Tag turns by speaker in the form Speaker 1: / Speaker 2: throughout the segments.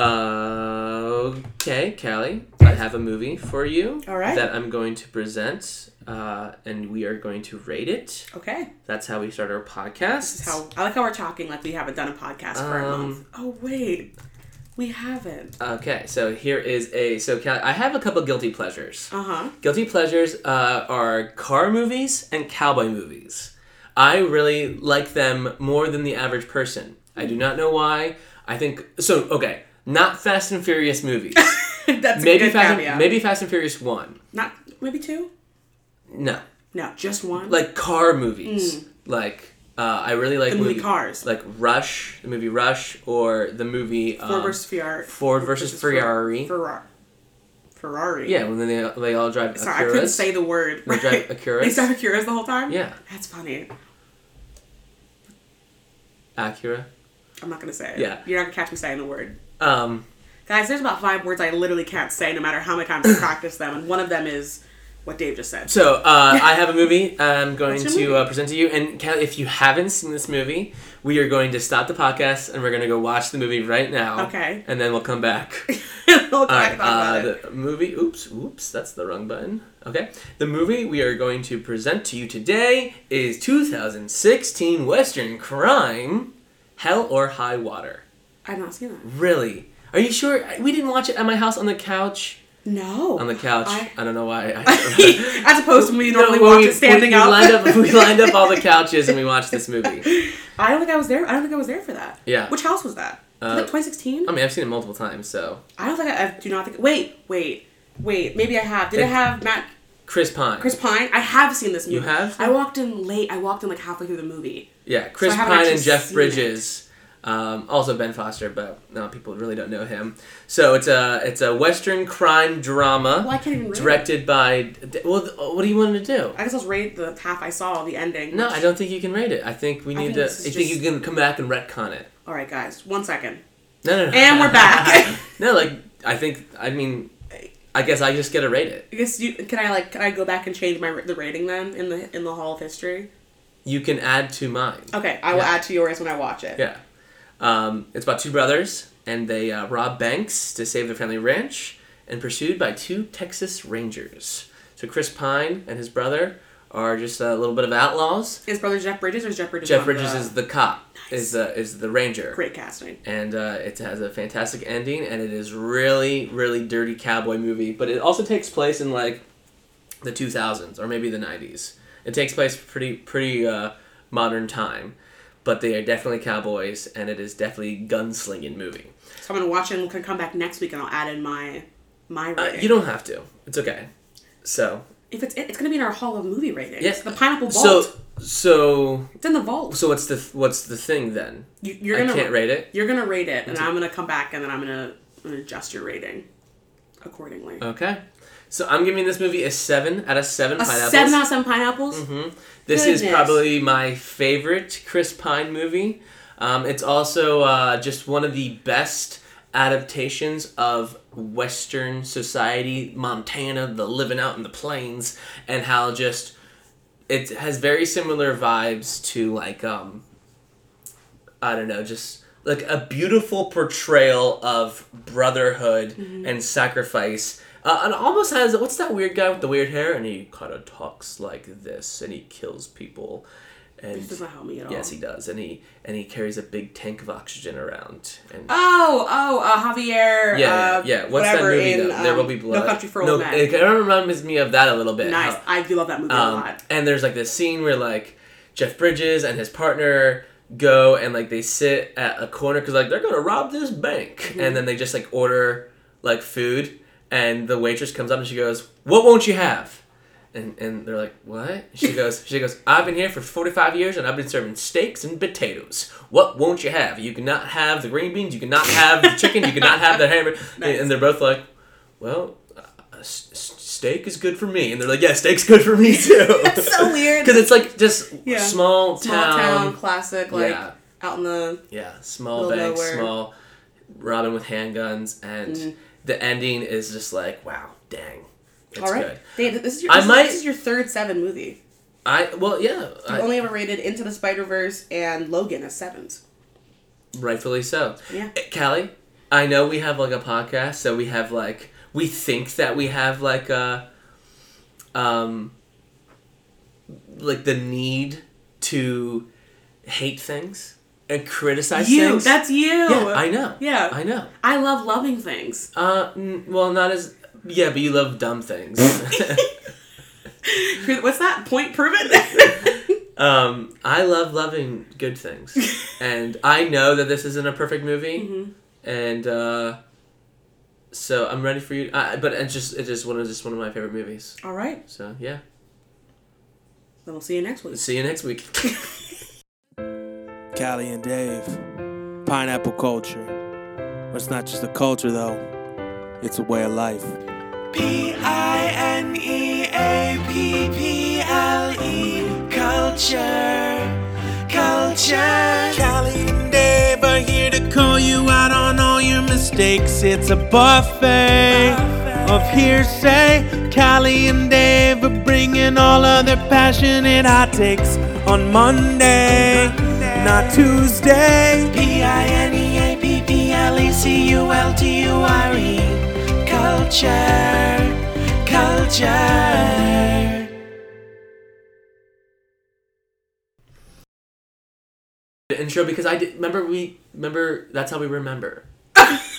Speaker 1: Uh, okay, Callie, I have a movie for you
Speaker 2: All right.
Speaker 1: that I'm going to present, uh, and we are going to rate it.
Speaker 2: Okay.
Speaker 1: That's how we start our podcast.
Speaker 2: This is how I like how we're talking like we haven't done a podcast for a
Speaker 1: Um,
Speaker 2: month. Oh wait. We haven't.
Speaker 1: Okay, so here is a so Callie, I have a couple guilty pleasures.
Speaker 2: Uh-huh.
Speaker 1: Guilty pleasures uh, are car movies and cowboy movies. I really like them more than the average person. I do not know why. I think so. Okay, not Fast and Furious movies.
Speaker 2: That's a
Speaker 1: maybe
Speaker 2: good
Speaker 1: Fast.
Speaker 2: caveat.
Speaker 1: And, maybe Fast and Furious one.
Speaker 2: Not maybe two?
Speaker 1: No,
Speaker 2: No, just one.
Speaker 1: like car movies. Like uh, I really like
Speaker 2: Mm. the movie Cars.
Speaker 1: like Rush, the movie Rush, or the movie um,
Speaker 2: Ford versus Ferrari.
Speaker 1: Ford versus Ferrari.
Speaker 2: Ferrari. Ferrari.
Speaker 1: Yeah, when they they all drive.
Speaker 2: Sorry, I couldn't
Speaker 1: Acuras.
Speaker 2: say the word.
Speaker 1: They drive Acuras.
Speaker 2: They drive Acuras the whole time?
Speaker 1: Yeah.
Speaker 2: That's funny.
Speaker 1: Acura.
Speaker 2: I'm not gonna say it.
Speaker 1: Yeah.
Speaker 2: You're not gonna catch me saying the word.
Speaker 1: Um,
Speaker 2: Guys, there's about five words I literally can't say no matter how many times I practice them, and one of them is what Dave just said.
Speaker 1: so uh, I have a movie I'm going
Speaker 2: What's your
Speaker 1: to
Speaker 2: movie?
Speaker 1: uh, present to you, and Kelly, if you haven't seen this movie, we are going to stop the podcast and we're going to go watch the movie right now.
Speaker 2: Okay.
Speaker 1: And then we'll come back.
Speaker 2: We'll talk
Speaker 1: All right.
Speaker 2: about
Speaker 1: Uh,
Speaker 2: it.
Speaker 1: the movie. Oops. Oops. That's the wrong button. Okay. The movie we are going to present to you today is 2016 Western crime, Hell or High Water.
Speaker 2: I've not seen that.
Speaker 1: Really? Are you sure? We didn't watch it at my house on the couch.
Speaker 2: No.
Speaker 1: On the couch. I,
Speaker 2: I-
Speaker 1: don't know why. I,
Speaker 2: As opposed to we
Speaker 1: No,
Speaker 2: normally
Speaker 1: when
Speaker 2: watch
Speaker 1: we-
Speaker 2: it standing
Speaker 1: we,
Speaker 2: up.
Speaker 1: We lined up. We lined up all the couches and we watched this movie.
Speaker 2: I don't think I was there. I don't think I was there for that.
Speaker 1: Yeah.
Speaker 2: Which house was that?
Speaker 1: Uh,
Speaker 2: was it 2016?
Speaker 1: I mean, I've seen it multiple times. So
Speaker 2: I don't think I, I do not think. Wait, wait, wait. Maybe I have. Did I
Speaker 1: It-
Speaker 2: have Matt
Speaker 1: Chris Pine.
Speaker 2: Chris Pine? I have seen this movie.
Speaker 1: You have?
Speaker 2: I walked in late. I walked in like halfway through the movie.
Speaker 1: yeah, Chris
Speaker 2: I haven't
Speaker 1: Pine and
Speaker 2: actually
Speaker 1: Jeff
Speaker 2: seen
Speaker 1: Bridges. Um, also Ben Foster, but no, people really don't know him. So it's a it's a western crime drama.
Speaker 2: Well, I can't even read it.
Speaker 1: Directed by. Well, th- what do you want to do?
Speaker 2: I guess I'll rate the half I saw, the ending.
Speaker 1: No,
Speaker 2: which-
Speaker 1: I don't think you can rate it. I think we
Speaker 2: I
Speaker 1: need
Speaker 2: think
Speaker 1: to. I
Speaker 2: this is
Speaker 1: think
Speaker 2: just-
Speaker 1: you can come back and retcon it.
Speaker 2: All right, guys, one second.
Speaker 1: No, no, no.
Speaker 2: And we're back.
Speaker 1: no, like I think. I mean, I guess I just get to rate it.
Speaker 2: I guess you can I like can I go back and change my ra- the rating then in the in the Hall of History?
Speaker 1: You can add to mine.
Speaker 2: Okay, I will
Speaker 1: Yeah.
Speaker 2: add to yours when I watch it.
Speaker 1: Yeah. Um, it's about two brothers, and they uh, rob banks to save their family ranch, and pursued by two Texas Rangers. So Chris Pine and his brother are just a little bit of outlaws.
Speaker 2: His brother Jeff Bridges or is Jeff Bridges?
Speaker 1: Jeff
Speaker 2: on
Speaker 1: Bridges
Speaker 2: the-
Speaker 1: is the cop, is the is the ranger,
Speaker 2: great casting.
Speaker 1: and uh, it has a fantastic ending, and it is really really dirty cowboy movie, but it also takes place in like the two thousands or maybe the nineties. It takes place pretty pretty uh, modern time, but they are definitely cowboys, and it is definitely gunslinging movie.
Speaker 2: So I'm gonna watch it and we'll come back next week and I'll add in my my
Speaker 1: Uh,
Speaker 2: rating.
Speaker 1: you don't have to. It's okay. So
Speaker 2: if it's it's gonna be in our Hall of Movie rating.
Speaker 1: Yes.
Speaker 2: the Pineapple Vault.
Speaker 1: so so
Speaker 2: it's in the vault.
Speaker 1: so what's the what's the thing then?
Speaker 2: You, you're
Speaker 1: I
Speaker 2: gonna
Speaker 1: can't rate it.
Speaker 2: You're gonna rate it, and I'm gonna come back and then I'm gonna, I'm gonna adjust your rating accordingly.
Speaker 1: Okay. So I'm giving this movie a seven out of seven
Speaker 2: a
Speaker 1: pineapples. Mm-hmm.
Speaker 2: seven out of seven pineapples.
Speaker 1: This is
Speaker 2: Goodness.
Speaker 1: probably my favorite Chris Pine movie. Um, it's also uh, just one of the best adaptations of Western society, Montana, the living out in the plains, and how just it has very similar vibes to like um, I don't know, just like a beautiful portrayal of brotherhood
Speaker 2: Mm-hmm.
Speaker 1: and sacrifice. Uh, and almost has what's that weird guy with the weird hair? And he kind of talks like this, and he kills people. And
Speaker 2: This does not help me at all.
Speaker 1: yes, he does, and he and he carries a big tank of oxygen around. And
Speaker 2: Oh, oh, uh,
Speaker 1: yeah,
Speaker 2: Javier. uh,
Speaker 1: yeah, yeah. What's that
Speaker 2: whatever
Speaker 1: movie
Speaker 2: in,
Speaker 1: though? there
Speaker 2: um,
Speaker 1: will be blood.
Speaker 2: No Country for Old Men.
Speaker 1: It kind of reminds me of that a little bit.
Speaker 2: nice.
Speaker 1: how-
Speaker 2: I do love that movie a
Speaker 1: um,
Speaker 2: lot.
Speaker 1: and there's like this scene where like Jeff Bridges and his partner go and like they sit at a corner because like they're gonna rob this bank, and then they just like order like food, and the waitress comes up and she goes, "What won't you have?" And, and they're like, what? She goes, she goes. I've been here for forty five years, and I've been serving steaks and potatoes. What won't you have? You cannot have the green beans. You cannot have the chicken. You cannot have the hamburger.
Speaker 2: Nice.
Speaker 1: And they're both like, well, uh, s- s- steak is good for me, and they're like, yeah, steak's good for me too.
Speaker 2: That's so weird.
Speaker 1: Because it's like just
Speaker 2: Yeah.
Speaker 1: small,
Speaker 2: Small
Speaker 1: town,
Speaker 2: town classic, like
Speaker 1: Yeah.
Speaker 2: out in the
Speaker 1: yeah, small
Speaker 2: Middle
Speaker 1: bank,
Speaker 2: nowhere. Mm-hmm.
Speaker 1: small Robin with handguns, and the ending is just like, wow, dang, it's
Speaker 2: All right,
Speaker 1: good.
Speaker 2: Dave. This is your.
Speaker 1: I
Speaker 2: This, is-
Speaker 1: might-
Speaker 2: this is your third seven movie.
Speaker 1: I well, yeah,
Speaker 2: You
Speaker 1: I,
Speaker 2: only ever rated Into the Spider Verse and Logan as sevens.
Speaker 1: rightfully so.
Speaker 2: Yeah.
Speaker 1: Eh, Callie, I know we have like a podcast, so we have like we think that we have like a um like the need to hate things and criticize
Speaker 2: You.
Speaker 1: things.
Speaker 2: That's you.
Speaker 1: yeah, I know.
Speaker 2: Yeah.
Speaker 1: I know.
Speaker 2: I love loving things.
Speaker 1: Uh, n- well, not as yeah, but you love dumb things.
Speaker 2: What's that? Point proven?
Speaker 1: um, I love loving good things, and I know that this isn't a perfect movie,
Speaker 3: Mm-hmm.
Speaker 1: and uh, so I'm ready for you. I, but it's just it is one of just one of my favorite movies.
Speaker 2: All right.
Speaker 1: So yeah,
Speaker 2: Then we'll see you next week.
Speaker 1: see you next week.
Speaker 3: Callie and Dave. Pineapple culture. It's not just a culture, though, it's a way of life.
Speaker 4: P I N E A P P L E Culture Culture
Speaker 3: Callie and Dave are here to call you out on all your mistakes. It's a buffet of hearsay. Callie and Dave are bringing all of their passionate hot takes on Monday, not Tuesday.
Speaker 4: P I N E A P P L E C U L T U R E Culture Culture
Speaker 1: the intro because I did, remember we remember that's how we remember.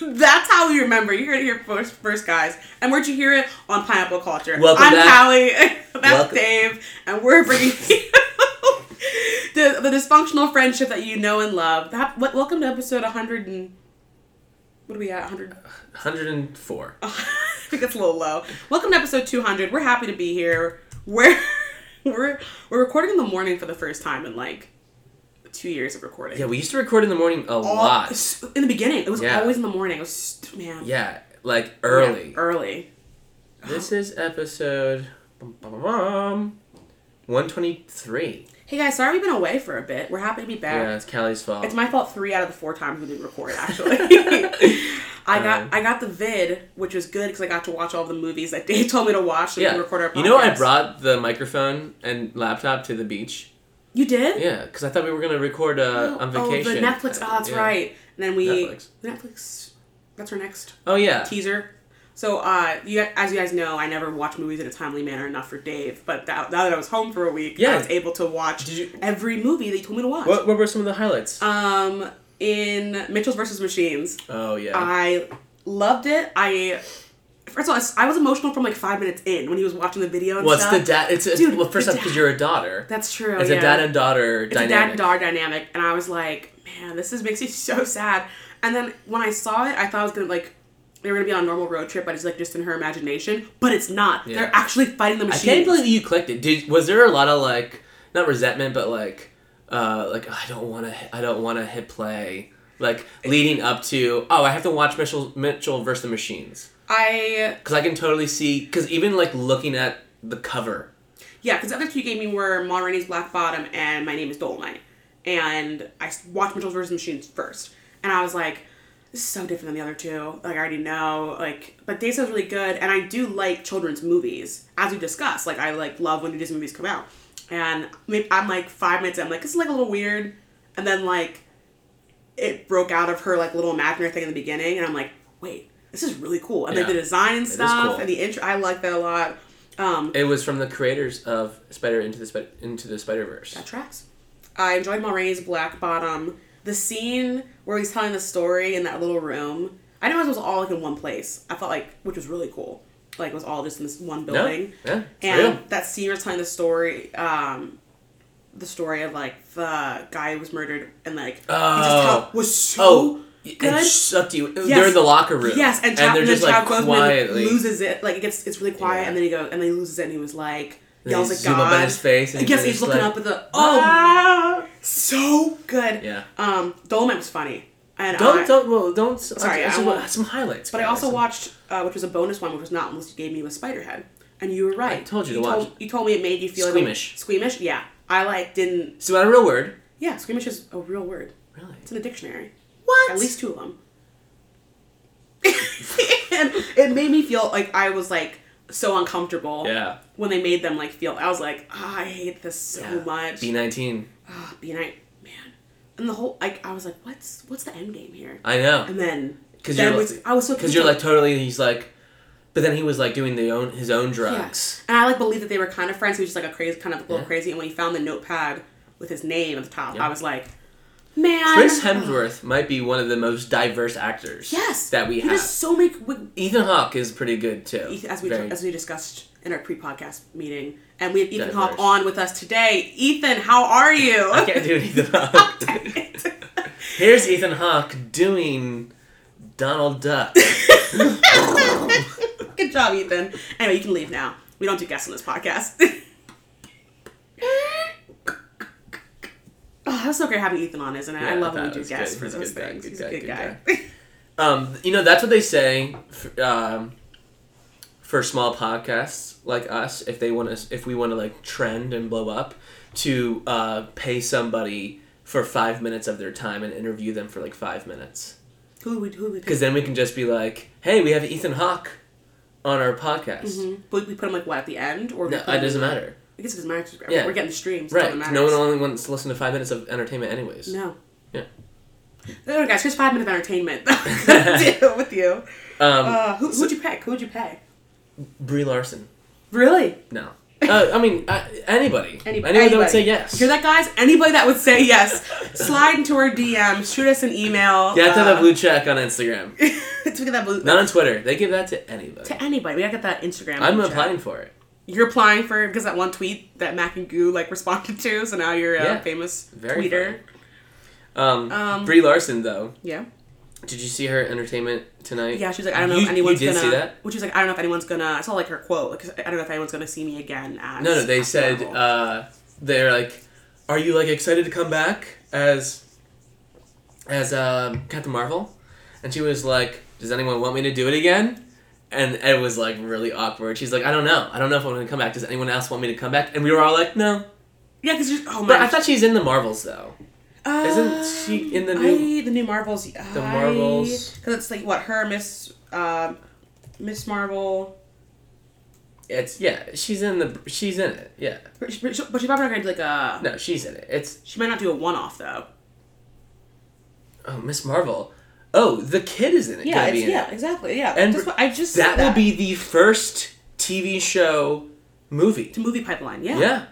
Speaker 2: That's how we remember. You heard it here first, first guys. And where'd you hear it? On Pineapple Culture.
Speaker 1: Welcome
Speaker 2: I'm
Speaker 1: back.
Speaker 2: Callie. That's
Speaker 1: Welcome.
Speaker 2: Dave. And we're bringing you the, the dysfunctional friendship that you know and love. That, what, welcome to episode 100 and... What are we at? 100...
Speaker 1: 104.
Speaker 3: Oh.
Speaker 2: I think that's a little low. Welcome to episode 200. We're happy to be here. We're we're we're recording in the morning for the first time in like two years of recording.
Speaker 1: Yeah, we used to record in the morning
Speaker 3: Oh,
Speaker 1: a
Speaker 2: All-
Speaker 1: lot.
Speaker 2: In the beginning, it was
Speaker 1: Yeah.
Speaker 2: always in the morning. It was man
Speaker 1: Yeah, like
Speaker 2: yeah,
Speaker 1: early.
Speaker 2: early.
Speaker 1: This is episode bum, bum, bum, bum, 123.
Speaker 2: Hey guys, sorry we've been away for a bit. We're happy to be back.
Speaker 1: Yeah, it's Callie's fault.
Speaker 2: It's my fault three out of the four times we didn't record. Actually, I got
Speaker 1: Um.
Speaker 2: I got the vid, which was good because I got to watch all the movies that Dave told me to watch. So we
Speaker 1: yeah.
Speaker 2: could record our. Podcast.
Speaker 1: you know, I brought the microphone and laptop to the beach.
Speaker 2: You did?
Speaker 1: Yeah, because I thought we were going to record uh, on vacation. Uh,
Speaker 2: Oh, the Netflix. Oh, that's
Speaker 1: Yeah.
Speaker 2: right. And then we
Speaker 1: Netflix.
Speaker 2: Netflix. That's our next
Speaker 1: Oh, yeah.
Speaker 2: teaser. So, uh, you gu- as you guys know, I never watch movies in a timely manner enough for Dave. But that, now that I was home for a week,
Speaker 1: Yeah.
Speaker 2: I was able to watch
Speaker 1: Did you-
Speaker 2: every movie that you told me to watch.
Speaker 1: What, what were some of the highlights?
Speaker 2: Um, in Mitchell's versus Machines,
Speaker 1: oh, yeah.
Speaker 2: I loved it. I first of all, I was emotional from like five minutes in when he was watching the video. And
Speaker 1: well, it's
Speaker 2: stuff.
Speaker 1: the dad. It's, it's
Speaker 2: Dude,
Speaker 1: well, first
Speaker 2: the
Speaker 1: off, because
Speaker 2: dad-
Speaker 1: you're a daughter.
Speaker 2: That's true.
Speaker 1: it's
Speaker 2: yeah.
Speaker 1: a dad and daughter
Speaker 2: it's
Speaker 1: dynamic.
Speaker 2: a dad and daughter dynamic, and I was like, man, this is makes me so sad. And then when I saw it, I thought I was gonna like they were gonna be on a normal road trip, but it's like just in her imagination. But it's not.
Speaker 1: Yeah.
Speaker 2: They're actually fighting the
Speaker 1: I
Speaker 2: machine.
Speaker 1: can't believe you clicked it. Did was there a lot of like not resentment, but like uh like I don't want to I don't want to hit play like leading up to oh I have to watch Mitchell Mitchell versus the Machines
Speaker 2: I
Speaker 1: because I can totally see because even like looking at the cover
Speaker 2: yeah, because the other two you gave me were Ma Rainey's Black Bottom and My Name Is Dolomite, and I s- watched Mitchell's versus Machines first, and I was like, this is so different than the other two. Like I already know. Like, but Dave's was really good, and I do like children's movies, as we discussed. Like I like love when new Disney movies come out, and maybe I'm like five minutes. in, I'm like this is like a little weird, and then like it broke out of her like little imaginary thing in the beginning, and I'm like, wait, this is really cool. And like
Speaker 1: Yeah.
Speaker 2: the design and
Speaker 1: is
Speaker 2: stuff,
Speaker 1: cool.
Speaker 2: and the intro, I like that a lot. Um,
Speaker 1: it was from the creators of Spider into the Sp- into the Spider Verse
Speaker 2: that tracks. I enjoyed Ma Rainey's Black Bottom. The scene where he's telling the story in that little room. I didn't realize it was all like in one place. I thought like, which was really cool. Like it was all just in this one
Speaker 1: no
Speaker 2: building.
Speaker 1: yeah it's
Speaker 2: And
Speaker 1: real
Speaker 2: that scene where it's telling the story, um, the story of like the guy who was murdered and like he
Speaker 1: Oh.
Speaker 2: just tell, was so
Speaker 1: oh
Speaker 2: good.
Speaker 1: and sucked you
Speaker 2: Yes.
Speaker 1: they're in the locker room
Speaker 2: Yes, and, Chad,
Speaker 1: and they're
Speaker 2: and then
Speaker 1: just like
Speaker 2: Chad Goldman
Speaker 1: quietly
Speaker 2: loses it. Like it gets, it's really quiet,
Speaker 1: Yeah.
Speaker 2: and then he goes, and then he loses it, and he was like,
Speaker 1: they
Speaker 2: yells at
Speaker 1: zoom up in
Speaker 2: God.
Speaker 1: his face and
Speaker 2: I guess
Speaker 1: he's
Speaker 2: he's looking
Speaker 1: like,
Speaker 2: up at the oh,
Speaker 1: ah!
Speaker 2: so good.
Speaker 1: Yeah.
Speaker 2: Um, Dolomite was funny, and
Speaker 1: Don't
Speaker 2: I,
Speaker 1: don't well don't. Sorry, I
Speaker 2: Sorry, I
Speaker 1: just
Speaker 2: won't-
Speaker 1: want some highlights.
Speaker 2: But I
Speaker 1: guys.
Speaker 2: also watched, uh, which was a bonus one, which was not unless you gave me was Spiderhead, and you were right.
Speaker 1: told you to
Speaker 2: told,
Speaker 1: watch
Speaker 2: You told me it made you feel like-
Speaker 1: Squeamish.
Speaker 2: squeamish, yeah. I like didn't.
Speaker 1: Is that a real word?
Speaker 2: Yeah, squeamish is a real word.
Speaker 1: Really?
Speaker 2: It's in the dictionary.
Speaker 1: What?
Speaker 2: At least two of them. and it made me feel like I was like so uncomfortable.
Speaker 1: Yeah.
Speaker 2: When they made them like feel, I was like, ah, I hate this so much.
Speaker 1: B nineteen.
Speaker 2: Ah, B night, man. And the whole like I was like, what's what's the end game here?
Speaker 1: I know.
Speaker 2: And then
Speaker 1: because
Speaker 2: That
Speaker 1: you're
Speaker 2: was-
Speaker 1: like,
Speaker 2: I was so
Speaker 1: because you're like
Speaker 2: confused.
Speaker 1: totally. He's like, but then he was like doing the own his own drugs.
Speaker 2: Yes. And I like believe that they were kind of friends. He was just like a crazy, kind of a little
Speaker 1: Yeah.
Speaker 2: crazy. And when he found the notepad with his name at the top,
Speaker 1: Yeah.
Speaker 2: I was like, man.
Speaker 1: Chris Hemsworth might be one of the most diverse actors.
Speaker 2: Yes.
Speaker 1: that we
Speaker 2: he
Speaker 1: have.
Speaker 2: does so many. We,
Speaker 1: Ethan Hawke is pretty good too.
Speaker 2: as we
Speaker 1: Very-
Speaker 2: as we discussed in our pre-podcast meeting, and we had Ethan Hawke
Speaker 1: Diverse.
Speaker 2: on with us today. Ethan, how are you?
Speaker 1: I can't do Ethan Hawke. Here's Ethan Hawke doing Donald Duck.
Speaker 2: Good job, Ethan. Anyway, you can leave now. We don't do guests on this podcast. oh, that's so great having Ethan on, isn't it? I
Speaker 1: Yeah,
Speaker 2: love when
Speaker 1: that
Speaker 2: we do
Speaker 1: was
Speaker 2: guests
Speaker 1: good.
Speaker 2: for
Speaker 1: He's a
Speaker 2: those
Speaker 1: good guy,
Speaker 2: things.
Speaker 1: good
Speaker 2: He's
Speaker 1: guy,
Speaker 2: a good
Speaker 1: good
Speaker 2: guy.
Speaker 1: Um, you know, that's what they say f- um, for small podcasts like us. If they want us, if we want to like trend and blow up, to uh, pay somebody for five minutes of their time and interview them for like five minutes,
Speaker 2: Who would who would
Speaker 1: because then we can just be like, "Hey, we have Ethan Hawke on our podcast."
Speaker 2: But we put him like what at the end, or we
Speaker 1: No,
Speaker 2: put him-
Speaker 1: it doesn't matter.
Speaker 2: I guess it doesn't matter. 'cause
Speaker 1: Yeah.
Speaker 2: We're getting the streams.
Speaker 1: Right?
Speaker 2: It
Speaker 1: No one only wants to listen to five minutes of entertainment, anyways.
Speaker 2: No.
Speaker 1: Yeah.
Speaker 2: Oh, guys, here's five minutes of entertainment. Deal with you.
Speaker 1: Um,
Speaker 2: Uh, who, who'd you pick? Who'd you pick?
Speaker 1: Brie Larson.
Speaker 2: Really?
Speaker 1: No. Uh, I mean, uh, anybody.
Speaker 2: Any-
Speaker 1: anybody. that would say yes.
Speaker 2: Hear that, guys? Anybody that would say yes, slide into our DM, shoot us an email.
Speaker 1: Get
Speaker 2: uh,
Speaker 1: that blue check on Instagram.
Speaker 2: let's get that blue.
Speaker 1: Not on Twitter. They give that to anybody.
Speaker 2: to anybody. We gotta get that Instagram.
Speaker 1: I'm
Speaker 2: check.
Speaker 1: applying for it.
Speaker 2: You're applying for because that one tweet that Mac and Goo like responded to, so now you're a
Speaker 1: Yeah.
Speaker 2: famous
Speaker 1: Very
Speaker 2: tweeter.
Speaker 1: Um,
Speaker 2: Um,
Speaker 1: Brie Larson though.
Speaker 2: Yeah.
Speaker 1: Did you see her entertainment tonight?
Speaker 2: Yeah, she's like, I don't know
Speaker 1: You-
Speaker 2: if anyone's
Speaker 1: you did
Speaker 2: gonna.
Speaker 1: see that?
Speaker 2: Which is like, I don't know if anyone's gonna. I saw like her quote. Like, I don't know if anyone's gonna see me again. As
Speaker 1: No, no. They
Speaker 2: as
Speaker 1: said
Speaker 2: Marvel."
Speaker 1: uh, they're like, "Are you like excited to come back as as um, Captain Marvel?" And she was like, "Does anyone want me to do it again?" And it was like really awkward. She's like, "I don't know. I don't know if I'm gonna come back. Does anyone else want me to come back?" And we were all like, "No."
Speaker 2: yeah, because oh my.
Speaker 1: But I thought she's in the Marvels though.
Speaker 2: um,
Speaker 1: Isn't she in the new?
Speaker 2: I, the new Marvels? The
Speaker 1: Marvels.
Speaker 2: Because it's like what her Miss um Miss Marvel.
Speaker 1: It's yeah. She's in the. She's in it. Yeah.
Speaker 2: But she- but she- but she's probably not gonna do like a.
Speaker 1: No, she's in it. It's
Speaker 2: She might not do a one-off though.
Speaker 1: Oh, Miss Marvel. Oh, the kid is in it.
Speaker 2: Yeah,
Speaker 1: gonna
Speaker 2: it's,
Speaker 1: be in
Speaker 2: yeah,
Speaker 1: it.
Speaker 2: exactly. Yeah,
Speaker 1: And
Speaker 2: That's what- I just
Speaker 1: That,
Speaker 2: said
Speaker 1: will be the first TV show movie.
Speaker 2: the movie pipeline. Yeah,
Speaker 1: Yeah.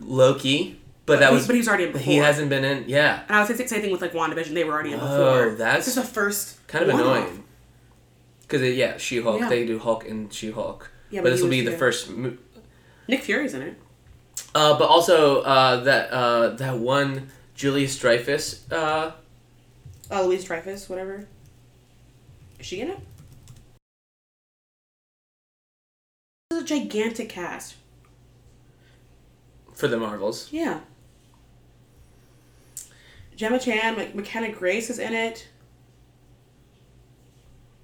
Speaker 1: Loki, but, that
Speaker 2: he-
Speaker 1: was
Speaker 2: but he was already in
Speaker 1: He
Speaker 2: before.
Speaker 1: hasn't been in. Yeah.
Speaker 2: And I was saying same thing with like WandaVision. They were already in
Speaker 1: Oh,
Speaker 2: before.
Speaker 1: that's
Speaker 2: this is the first.
Speaker 1: Kind of
Speaker 2: one-off.
Speaker 1: annoying. Because yeah, She Hulk.
Speaker 2: Yeah.
Speaker 1: They do Hulk and She Hulk.
Speaker 2: Yeah,
Speaker 1: but,
Speaker 2: but
Speaker 1: this
Speaker 2: he
Speaker 1: will
Speaker 2: was
Speaker 1: be the
Speaker 2: there.
Speaker 1: first. Mo-
Speaker 2: Nick Fury's in it.
Speaker 1: uh, but also uh, that uh, that one Julius Dreyfus. Uh,
Speaker 2: Uh, Louise Dreyfus, whatever. Is she in it? This is a gigantic cast.
Speaker 1: for the Marvels.
Speaker 2: Yeah. Gemma Chan, like McKenna Grace is in it.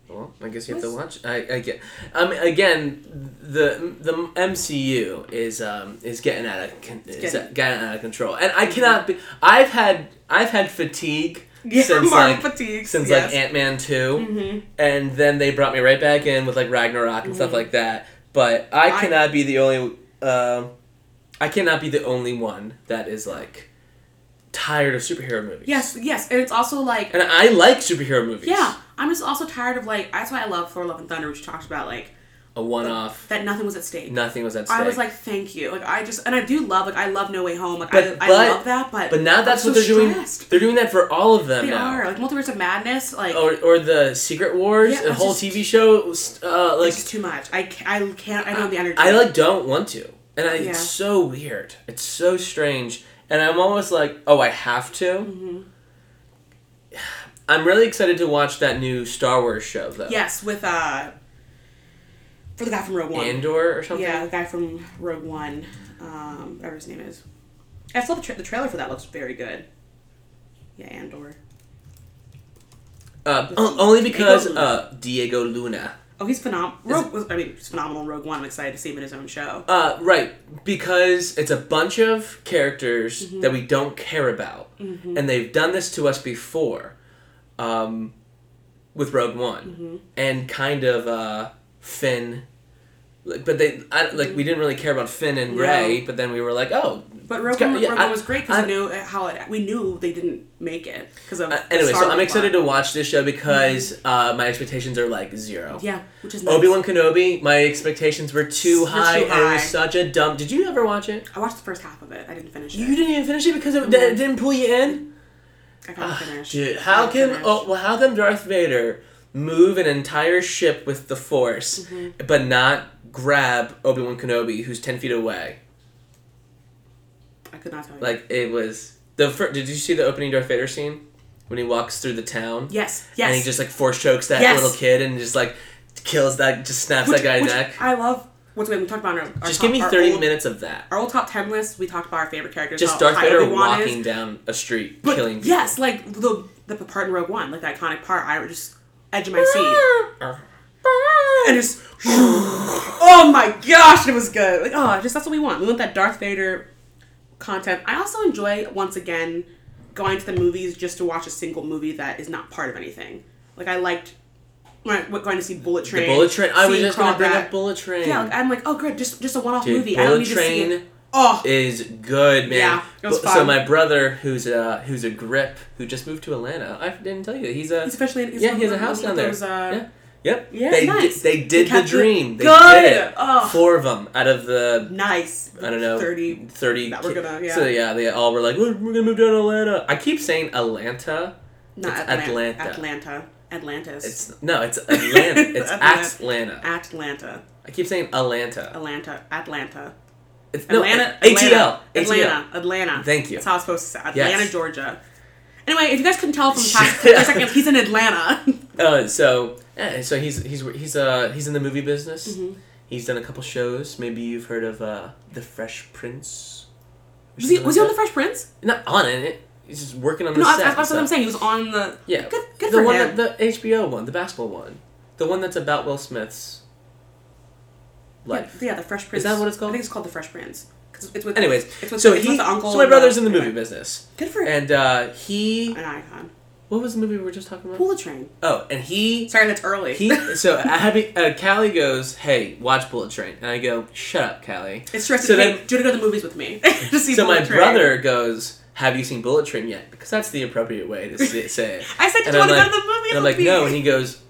Speaker 1: Well, I guess you have to watch. I, I get. Um, again, the the MCU is um is getting out of con- is
Speaker 2: getting-
Speaker 1: getting out of control, and I cannot be. I've had I've had fatigue
Speaker 2: Yeah,
Speaker 1: since
Speaker 2: Marvel
Speaker 1: like
Speaker 2: fatigue,
Speaker 1: since
Speaker 2: yes. Mm-hmm.
Speaker 1: like Ant Man 2 and then they brought me right back in with like Ragnarok and stuff like that. But I
Speaker 2: I-
Speaker 1: cannot be the only. Um, I cannot be the only one that is like tired of superhero movies.
Speaker 2: Yes, yes, and it's also like
Speaker 1: and I like superhero movies.
Speaker 2: yeah. I'm just also tired of like that's why I love Thor: Love and Thunder, which talks about like
Speaker 1: a one off.
Speaker 2: that nothing was at stake.
Speaker 1: Nothing was at stake.
Speaker 2: I was like, thank you. Like I just and I do love like I love No Way Home. Like
Speaker 1: But-
Speaker 2: I, I
Speaker 1: but-
Speaker 2: love that, but
Speaker 1: But now that's
Speaker 2: I'm
Speaker 1: what
Speaker 2: so
Speaker 1: they're
Speaker 2: stressed.
Speaker 1: doing. They're doing that for all of them
Speaker 2: They
Speaker 1: now. Oh,
Speaker 2: are like Multiverse of Madness. Like
Speaker 1: Or, or the Secret Wars,
Speaker 2: Yeah,
Speaker 1: the
Speaker 2: it's
Speaker 1: whole
Speaker 2: just-
Speaker 1: TV show. s- Uh, like
Speaker 2: it's just too much. I, ca- I can't. I don't have the energy.
Speaker 1: I like don't want to, and I,
Speaker 2: Yeah.
Speaker 1: it's so weird. It's so strange, and I'm almost like, oh, I have to.
Speaker 2: Mm-hmm.
Speaker 1: I'm really excited to watch that new Star Wars show though.
Speaker 2: Yes, with uh, for the guy from Rogue One.
Speaker 1: Andor or something.
Speaker 2: yeah, the guy from Rogue One, um, whatever his name is. I saw the, tra- the trailer for that. Looks very good. Yeah, Andor.
Speaker 1: Uh, o- only because
Speaker 2: Diego Luna.
Speaker 1: uh, Diego Luna.
Speaker 2: Oh, he's phenomenal. Rogue was, I mean, he's phenomenal in Rogue One. I'm excited to see him in his own show.
Speaker 1: Uh, right, because it's a bunch of characters that we don't care about, and they've done this to us before, um, with Rogue One, and kind of uh, Mm-hmm. Finn. Like, but they I, like we didn't really care about Finn and
Speaker 2: No.
Speaker 1: Ray, but then we were like, oh,
Speaker 2: But Rogue,
Speaker 1: got-
Speaker 2: One-
Speaker 1: yeah,
Speaker 2: Rogue One
Speaker 1: I-
Speaker 2: was great because
Speaker 1: I-
Speaker 2: we knew how it. We knew they didn't make it because of.
Speaker 1: Uh,
Speaker 2: the
Speaker 1: anyway,
Speaker 2: Star
Speaker 1: so I'm
Speaker 2: Wars
Speaker 1: excited to
Speaker 2: plot.
Speaker 1: watch this show because uh, my expectations are like zero.
Speaker 2: Yeah, which is nice.
Speaker 1: Obi Wan Kenobi, my expectations were too
Speaker 2: You're too
Speaker 1: high, and it was
Speaker 2: high.
Speaker 1: such a dump. Did you ever watch it?
Speaker 2: I watched the first half of it. I didn't finish it.
Speaker 1: You didn't even finish it because it, that it didn't pull you in.
Speaker 2: I couldn't finish.
Speaker 1: Ah, Dude, how
Speaker 2: I
Speaker 1: can
Speaker 2: couldn't finish.
Speaker 1: oh well, how can Darth Vader move an entire ship with the Force,
Speaker 2: Mm-hmm.
Speaker 1: but not grab Obi Wan Kenobi, who's ten feet away?
Speaker 2: I could not tell you.
Speaker 1: Like it was the fir- Did you see the opening Darth Vader scene when he walks through the town?
Speaker 2: yes, yes.
Speaker 1: And he just like force chokes that
Speaker 2: Yes.
Speaker 1: little kid and just like kills that, just snaps
Speaker 2: Which-
Speaker 1: that guy's
Speaker 2: which
Speaker 1: neck.
Speaker 2: I love. What's we talked about? in Our, our
Speaker 1: just
Speaker 2: top-
Speaker 1: give me
Speaker 2: our
Speaker 1: 30
Speaker 2: old-
Speaker 1: minutes of that.
Speaker 2: Our old top ten list. We talked about our favorite characters.
Speaker 1: Just
Speaker 2: how
Speaker 1: Darth
Speaker 2: high
Speaker 1: Vader
Speaker 2: Obi-Wan is.
Speaker 1: walking down a street,
Speaker 2: But
Speaker 1: killing people.
Speaker 2: yes, like the the part in Rogue One, like the iconic part. I was just edge of my
Speaker 1: Ah,
Speaker 2: seat. and just oh my gosh, it was good. Like oh, just that's what we want. We want that Darth Vader content. I also enjoy once again going to the movies just to watch a single movie that is not part of anything. Like I liked when I- going to see Bullet Train.
Speaker 1: The bullet train. I was
Speaker 2: seeing
Speaker 1: just gonna bring
Speaker 2: Crawdad.
Speaker 1: up bullet train.
Speaker 2: Yeah, like, I'm like oh good, just just a one off
Speaker 1: Dude,
Speaker 2: movie. I don't
Speaker 1: Bullet
Speaker 2: need
Speaker 1: Train
Speaker 2: to see it. Oh,
Speaker 1: is good, man.
Speaker 2: Yeah, it was
Speaker 1: Bu- So
Speaker 2: fun.
Speaker 1: my brother, who's a who's a grip, who just moved to Atlanta. I didn't tell you. He's a
Speaker 2: He's officially- he's
Speaker 1: yeah. He has a
Speaker 2: on-
Speaker 1: house
Speaker 2: on
Speaker 1: down there.
Speaker 2: those, uh,
Speaker 1: yeah. Yep.
Speaker 2: Yeah,
Speaker 1: they
Speaker 2: nice.
Speaker 1: did, they
Speaker 2: They
Speaker 1: did the
Speaker 2: kept it
Speaker 1: dream. They
Speaker 2: good.
Speaker 1: did it.
Speaker 2: Ugh.
Speaker 1: Four of them out of the
Speaker 2: nice.
Speaker 1: I don't know,
Speaker 2: Thirty.
Speaker 1: 30
Speaker 2: that we're
Speaker 1: ki-
Speaker 2: gonna- yeah.
Speaker 1: So yeah, they all were like, we're, we're gonna move down to Atlanta. I keep saying Atlanta.
Speaker 2: Not
Speaker 1: It's
Speaker 2: Atlanta.
Speaker 1: Atlanta.
Speaker 2: Atlanta. Atlantis.
Speaker 1: It's no, it's Atlanta. It's
Speaker 2: Atlanta.
Speaker 1: Atlanta.
Speaker 2: Atlanta.
Speaker 1: I keep saying Atlanta.
Speaker 2: Atlanta. Atlanta.
Speaker 1: It's no, E
Speaker 2: Atlanta,
Speaker 1: ATL.
Speaker 2: Atlanta,
Speaker 1: ATL.
Speaker 2: Atlanta, Atlanta.
Speaker 1: Thank you.
Speaker 2: That's how it's supposed to sound.
Speaker 1: Yes.
Speaker 2: Atlanta, Georgia. Anyway, if you guys couldn't tell from the past thirty seconds, he's in Atlanta.
Speaker 1: Uh, so eh, so he's he's he's uh he's in the movie business.
Speaker 2: Mm-hmm.
Speaker 1: He's done a couple shows. Maybe you've heard of uh The Fresh Prince. or
Speaker 2: Was he,
Speaker 1: something
Speaker 2: was he
Speaker 1: like
Speaker 2: on The Fresh Prince?
Speaker 1: that. Not on it. He's just working on the
Speaker 2: No, that's,
Speaker 1: set.
Speaker 2: that's
Speaker 1: and
Speaker 2: what I'm
Speaker 1: stuff.
Speaker 2: saying. He was on the.
Speaker 1: Yeah.
Speaker 2: Good, good
Speaker 1: the
Speaker 2: for
Speaker 1: one
Speaker 2: him.
Speaker 1: that the HBO one, the basketball one, the one that's about Will Smith's life.
Speaker 2: Yeah, The Fresh Prince.
Speaker 1: that what it's called?
Speaker 2: I think it's called The Fresh Prince. 'Cause It's with,
Speaker 1: Anyways,
Speaker 2: it's with,
Speaker 1: so
Speaker 2: it's
Speaker 1: he,
Speaker 2: with the uncle.
Speaker 1: so my
Speaker 2: and
Speaker 1: brother's in the
Speaker 2: anyway.
Speaker 1: movie business,
Speaker 2: Good for him.
Speaker 1: and uh, he,
Speaker 2: An icon.
Speaker 1: what was the movie we were just talking about?
Speaker 2: Bullet Train.
Speaker 1: Oh, and he,
Speaker 2: Sorry, that's early.
Speaker 1: he, so Abby, uh, Callie goes, "Hey, watch Bullet Train," and I go, "Shut up, Callie."
Speaker 2: it's stressed.
Speaker 1: so
Speaker 2: So
Speaker 1: then-
Speaker 2: do you want to go to the movies with me? to see
Speaker 1: So my
Speaker 2: Bullet Train.
Speaker 1: brother goes, "Have you seen Bullet Train yet?" Because that's the appropriate way to say say it.
Speaker 2: I said, "Did
Speaker 1: And
Speaker 2: you
Speaker 1: I'm
Speaker 2: wanna go
Speaker 1: like-
Speaker 2: to the movie
Speaker 1: And I'm
Speaker 2: with
Speaker 1: like,
Speaker 2: me?"
Speaker 1: "No," and he goes,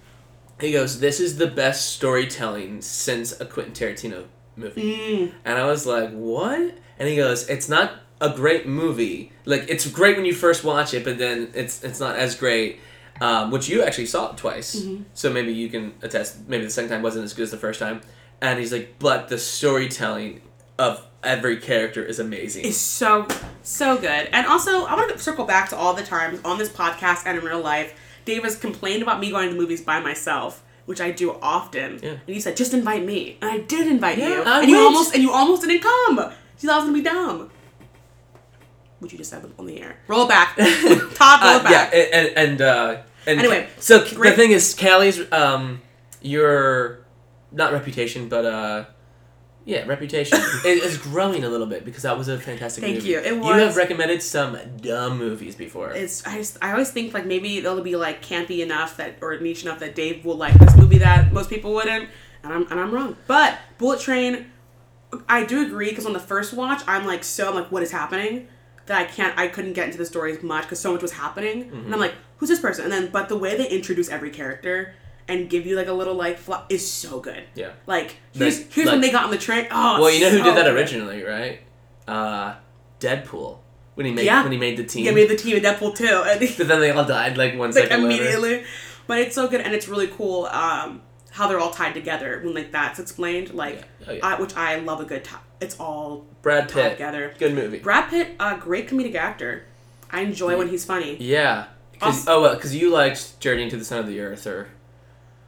Speaker 1: "He goes, this is the best storytelling since a Quentin Tarantino movie."
Speaker 2: Mm.
Speaker 1: And I was like, "What?" And he goes, "It's not a great movie. Like, it's great when you first watch it, but then it's it's not as great." Um, which you actually saw it twice, so maybe you can attest. Maybe the second time wasn't as good as the first time. And he's like, "But the storytelling of every character is amazing."
Speaker 2: is so so good. And also, I want to circle back to all the times on this podcast and in real life, Dave has complained about me going to movies by myself, which I do often. And you said, "Just invite me," and I did invite you,
Speaker 1: I
Speaker 2: and you
Speaker 1: went.
Speaker 2: almost and you almost didn't come. You thought I was gonna be dumb. Which you just said on the air. Roll it back, Todd. Roll
Speaker 1: Uh,
Speaker 2: it back.
Speaker 1: Yeah, and and, and, uh, and
Speaker 2: Anyway,
Speaker 1: so c- the
Speaker 2: great.
Speaker 1: thing is, Callie's um, your not reputation, but uh, yeah, reputation it is growing a little bit because that was a fantastic
Speaker 2: Thank
Speaker 1: movie.
Speaker 2: you, it
Speaker 1: You have
Speaker 2: was.
Speaker 1: recommended some dumb movies before.
Speaker 2: it's I just I always think like maybe they'll be like campy enough that or niche enough that Dave will like this movie that most people wouldn't, and I'm and I'm wrong. But Bullet Train, I do agree because on the first watch I'm like so I'm like what is happening that I can't I couldn't get into the story as much because so much was happening
Speaker 1: Mm-hmm.
Speaker 2: and I'm like who's this person and then but the way they introduce every character and give you like a little like fla- is so good.
Speaker 1: Yeah.
Speaker 2: Like here's
Speaker 1: Like-
Speaker 2: here's when
Speaker 1: like-
Speaker 2: they got on the train. Oh,
Speaker 1: well, you know who
Speaker 2: so
Speaker 1: did that
Speaker 2: good.
Speaker 1: originally, right? Uh, Deadpool when he made
Speaker 2: Yeah.
Speaker 1: when he made the team.
Speaker 2: Yeah, made the team in Deadpool too. And
Speaker 1: but then they all died like one
Speaker 2: like
Speaker 1: second later.
Speaker 2: immediately. But it's so good, and it's really cool um, how they're all tied together when like that's explained. Like,
Speaker 1: Yeah. Oh, yeah.
Speaker 2: I, which I love a good time. It's all
Speaker 1: Brad
Speaker 2: tied
Speaker 1: Pitt,
Speaker 2: together.
Speaker 1: good movie.
Speaker 2: Brad Pitt, a great comedic actor. I enjoy when he's funny.
Speaker 1: yeah. 'Cause-
Speaker 2: Also-
Speaker 1: oh well, because you liked Journey to the Center of the Earth or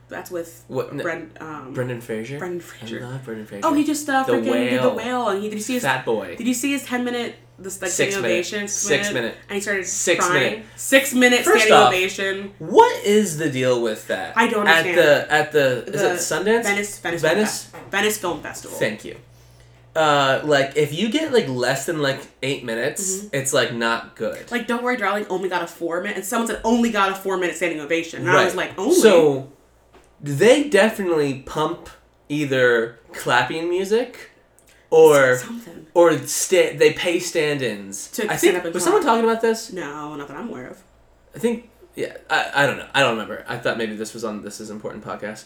Speaker 2: That's with
Speaker 1: What- no.
Speaker 2: Bren- um,
Speaker 1: Brendan Fraser.
Speaker 2: Brendan Fraser.
Speaker 1: I love Brendan Fraser.
Speaker 2: Oh, he just uh,
Speaker 1: The
Speaker 2: freaking did the
Speaker 1: Whale.
Speaker 2: whale, and he did you see his
Speaker 1: Fat Boy.
Speaker 2: Did you see his ten minute this like
Speaker 1: Six
Speaker 2: standing
Speaker 1: minute.
Speaker 2: ovation?
Speaker 1: Six minute.
Speaker 2: and he started
Speaker 1: Six
Speaker 2: crying.
Speaker 1: minute.
Speaker 2: six minute
Speaker 1: First
Speaker 2: standing
Speaker 1: off,
Speaker 2: ovation.
Speaker 1: What is the deal with that?
Speaker 2: I don't understand.
Speaker 1: At the at the,
Speaker 2: The
Speaker 1: is it Sundance?
Speaker 2: Venice Venice
Speaker 1: Venice.
Speaker 2: Film Fest- Venice Film Festival.
Speaker 1: Thank you. Uh, like if you get like less than like eight minutes,
Speaker 2: Mm-hmm.
Speaker 1: it's like not good.
Speaker 2: like don't worry darling only got a four minute and someone said only got a four minute standing ovation and i was like only
Speaker 1: So they definitely pump either clapping music or
Speaker 2: Something.
Speaker 1: or sta- they pay stand-ins.
Speaker 2: To
Speaker 1: I
Speaker 2: stand
Speaker 1: think
Speaker 2: up and
Speaker 1: was
Speaker 2: talk.
Speaker 1: someone talking about this?
Speaker 2: No, not that I'm aware of.
Speaker 1: I think yeah. I, I don't know. I don't remember. I thought maybe this was on this is important podcast.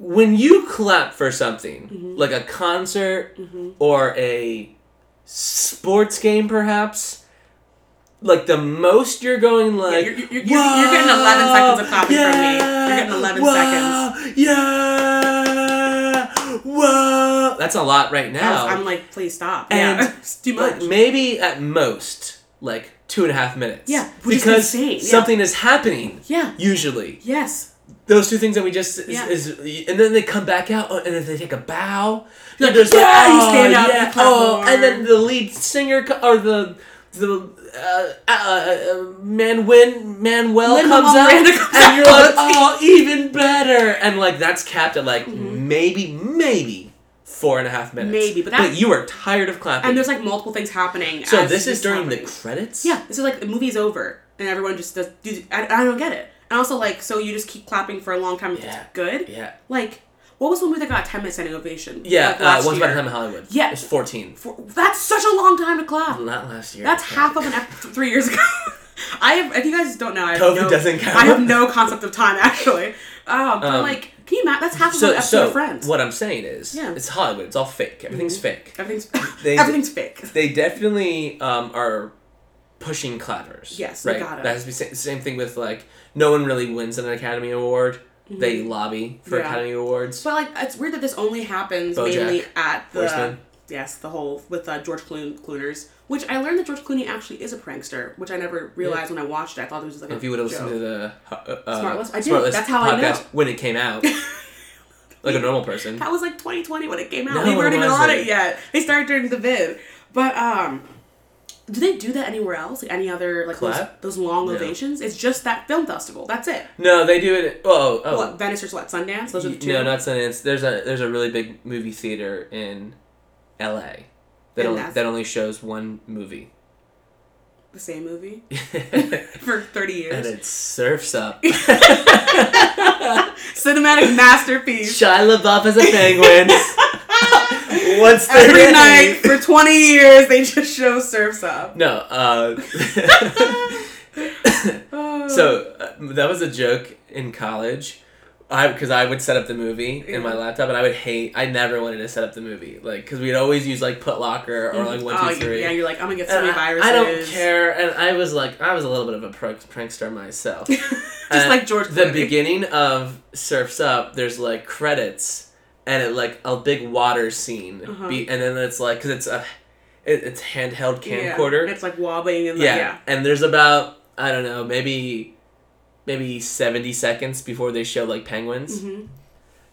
Speaker 1: When you clap for something
Speaker 2: Mm-hmm.
Speaker 1: like a concert or a sports game, perhaps. Like the most you're going like
Speaker 2: you're- you're- you're- you're getting 11
Speaker 1: "Whoa,
Speaker 2: seconds of clapping from me. You're getting 11
Speaker 1: whoa,
Speaker 2: seconds."
Speaker 1: Yeah, whoa. That's a lot right now.
Speaker 2: I'm like, please stop.
Speaker 1: And-
Speaker 2: yeah, it's too much.
Speaker 1: Like, maybe at most like two and a half minutes.
Speaker 2: Yeah, which is
Speaker 1: because
Speaker 2: insane, yeah.
Speaker 1: something is happening.
Speaker 2: Yeah.
Speaker 1: Usually,
Speaker 2: yes.
Speaker 1: those two things that we just is,
Speaker 2: Yeah.
Speaker 1: is and then they come back out oh, and then they take a bow. Yeah,
Speaker 2: yeah, you stand up, you clap
Speaker 1: oh,
Speaker 2: more.
Speaker 1: and then the lead singer co- or the the uh, uh, uh, Manuel Manuel
Speaker 2: Lin-Manuel
Speaker 1: comes out,
Speaker 2: Miranda comes
Speaker 1: and you're
Speaker 2: out.
Speaker 1: like, oh, even better, and like that's capped at like maybe maybe four and a half minutes,
Speaker 2: Mm-hmm. Maybe, but that's-
Speaker 1: you are tired of clapping.
Speaker 2: And there's like multiple things happening.
Speaker 1: so
Speaker 2: as
Speaker 1: this is during
Speaker 2: happening.
Speaker 1: the credits.
Speaker 2: Yeah, this is like the movie's over and everyone just does. Do, I, I don't get it. And also, like, so you just keep clapping for a long time if
Speaker 1: Yeah.
Speaker 2: it's good.
Speaker 1: Yeah.
Speaker 2: Like, what was the movie that got a 10 minute standing ovation?
Speaker 1: yeah.
Speaker 2: Like,
Speaker 1: uh,
Speaker 2: last
Speaker 1: Once upon a
Speaker 2: year?
Speaker 1: time in Hollywood.
Speaker 2: Yeah.
Speaker 1: it's fourteen.
Speaker 2: For- that's such a long time to clap.
Speaker 1: Not last year.
Speaker 2: That's
Speaker 1: Yeah.
Speaker 2: half of an ep- three years ago. I have, if you guys don't know, I have
Speaker 1: COVID
Speaker 2: no,
Speaker 1: doesn't count.
Speaker 2: I have no concept of time actually. Oh, but
Speaker 1: Um,
Speaker 2: like, can you imagine? That's half of an
Speaker 1: so,
Speaker 2: episode
Speaker 1: so
Speaker 2: of Friends.
Speaker 1: what I'm saying is,
Speaker 2: Yeah. Mm-hmm.
Speaker 1: it's Hollywood. It's all fake. Everything's fake.
Speaker 2: Everything's
Speaker 1: They-
Speaker 2: everything's fake.
Speaker 1: They definitely um, are pushing clappers.
Speaker 2: Yes, they
Speaker 1: right.
Speaker 2: gotta.
Speaker 1: That has to be sa- same thing with like no one really wins an Academy Award. They lobby for
Speaker 2: Mm-hmm. Yeah.
Speaker 1: Academy Awards.
Speaker 2: But like, it's weird that this only happens
Speaker 1: Bojack
Speaker 2: mainly at the
Speaker 1: Horseman.
Speaker 2: yes, the whole with uh, George Clooney Clooners, which I learned that George Clooney actually is a prankster, which I never realized when I watched it. I thought it was just like a
Speaker 1: if you would have listened
Speaker 2: joke.
Speaker 1: to the uh, uh,
Speaker 2: Smartless? I did.
Speaker 1: Smartless
Speaker 2: That's how I know.
Speaker 1: when it came out, like a normal person.
Speaker 2: That was like 2020 when it came out.
Speaker 1: No,
Speaker 2: they weren't
Speaker 1: it
Speaker 2: even on
Speaker 1: wasn't.
Speaker 2: it yet. They started during the vid. But um, do they do that anywhere else? Like any other like those,
Speaker 1: Clap?
Speaker 2: those long
Speaker 1: No.
Speaker 2: ovations? It's just that film festival. That's it.
Speaker 1: No, they do it. Oh, oh,
Speaker 2: What Venice or what Sundance? Those are the two.
Speaker 1: No, not Sundance. There's a there's a really big movie theater in L.A. that
Speaker 2: And
Speaker 1: only,
Speaker 2: that's-
Speaker 1: that only shows one movie,
Speaker 2: the same movie
Speaker 1: and
Speaker 2: for 30 years.
Speaker 1: it surfs up.
Speaker 2: Cinematic masterpiece.
Speaker 1: Shia LaBeouf as a penguin. Once they're
Speaker 2: Every
Speaker 1: in.
Speaker 2: night for 20 years, they just show Surfs Up.
Speaker 1: No. Uh, so uh, that was a joke in college. I because I would set up the movie in my laptop, and I would hate. I never wanted to set up the movie, like because we'd always use like Putlocker or like one
Speaker 2: oh,
Speaker 1: two three.
Speaker 2: yeah, you're like, I'm gonna get so
Speaker 1: And
Speaker 2: many
Speaker 1: I,
Speaker 2: viruses.
Speaker 1: I don't care. And I was like, I was a little bit of a prank, prankster myself.
Speaker 2: Just like George
Speaker 1: Uh, The
Speaker 2: Clooney.
Speaker 1: beginning of Surf's Up, there's like credits and it like a big water scene.
Speaker 2: Uh-huh.
Speaker 1: Be, and then it's like, because it's a it, it's handheld
Speaker 2: Yeah.
Speaker 1: camcorder.
Speaker 2: It's like wobbling and like,
Speaker 1: yeah.
Speaker 2: yeah.
Speaker 1: And there's about, I don't know, maybe maybe 70 seconds before they show like
Speaker 2: Mm-hmm.
Speaker 1: penguins. And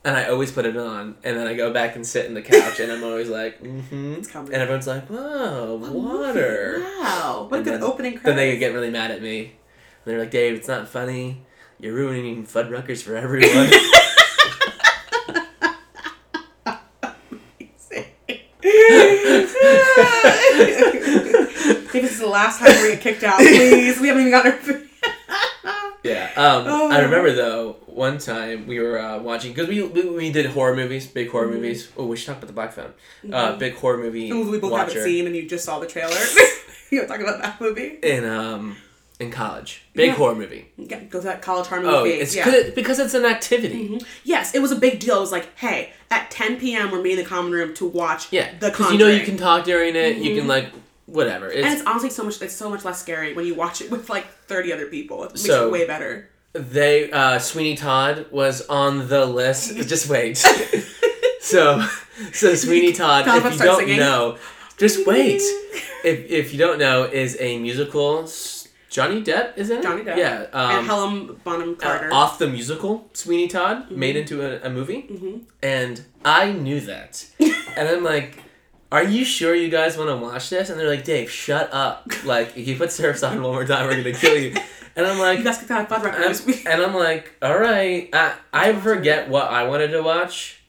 Speaker 1: I always put it on, and then I go back and sit in the couch, and I'm always like, mm-hmm.
Speaker 2: coming.
Speaker 1: And everyone's like, whoa, water.
Speaker 2: Wow. What a
Speaker 1: And
Speaker 2: good
Speaker 1: then-
Speaker 2: opening credits.
Speaker 1: Then they get really mad at me. And they're like, Dave, it's not funny. You're ruining Fuddruckers for everyone.
Speaker 2: if this is the last time we get kicked out, please. We haven't even gotten our.
Speaker 1: yeah. Um, I
Speaker 2: Oh.
Speaker 1: remember though, one time we were uh, watching because we, we we did horror movies, big horror
Speaker 2: Mm-hmm.
Speaker 1: movies. Oh, we should talk about the black phone. Uh, big horror movie.
Speaker 2: the movie we both
Speaker 1: watcher.
Speaker 2: Mm-hmm. haven't seen, and you just saw the trailer. you want to talk about that movie?
Speaker 1: in um in college. Big
Speaker 2: Yeah.
Speaker 1: horror movie.
Speaker 2: Yeah, go to that college horror movie.
Speaker 1: Oh, it's
Speaker 2: yeah. Mm-hmm.
Speaker 1: good because it's an activity.
Speaker 2: Yes, it was a big deal. It was like, hey, at 10 p.m. we're meeting in the common room to watch
Speaker 1: Yeah,
Speaker 2: the
Speaker 1: because you know you
Speaker 2: Conjuring. Mm-hmm.
Speaker 1: can talk during it. You can like whatever. It's,
Speaker 2: And it's honestly so much. It's so much less scary when you watch it with like 30 other people. It makes
Speaker 1: So-
Speaker 2: it way better.
Speaker 1: They uh, Sweeney Todd was on the list. Just wait. so, so Sweeney Todd.
Speaker 2: Tell
Speaker 1: If
Speaker 2: them
Speaker 1: you
Speaker 2: to start
Speaker 1: don't
Speaker 2: singing.
Speaker 1: know, just wait. If if you don't know, is a musical. S- Johnny Depp is in it.
Speaker 2: Johnny Depp.
Speaker 1: Yeah. Um,
Speaker 2: and Helen Bonham
Speaker 1: uh,
Speaker 2: Carter.
Speaker 1: off the musical Sweeney Todd
Speaker 2: Mm-hmm.
Speaker 1: made into a, a movie, and I knew that, and I'm like. Are you sure you guys want to watch this? And they're like, Dave, shut up. Like, if you put Surf's on one more time, we're going to kill you. And I'm like,
Speaker 2: you guys kicked out of Bud Record
Speaker 1: and
Speaker 2: this week.
Speaker 1: I'm, Um, and I'm like, all right, I, I forget what I wanted to watch.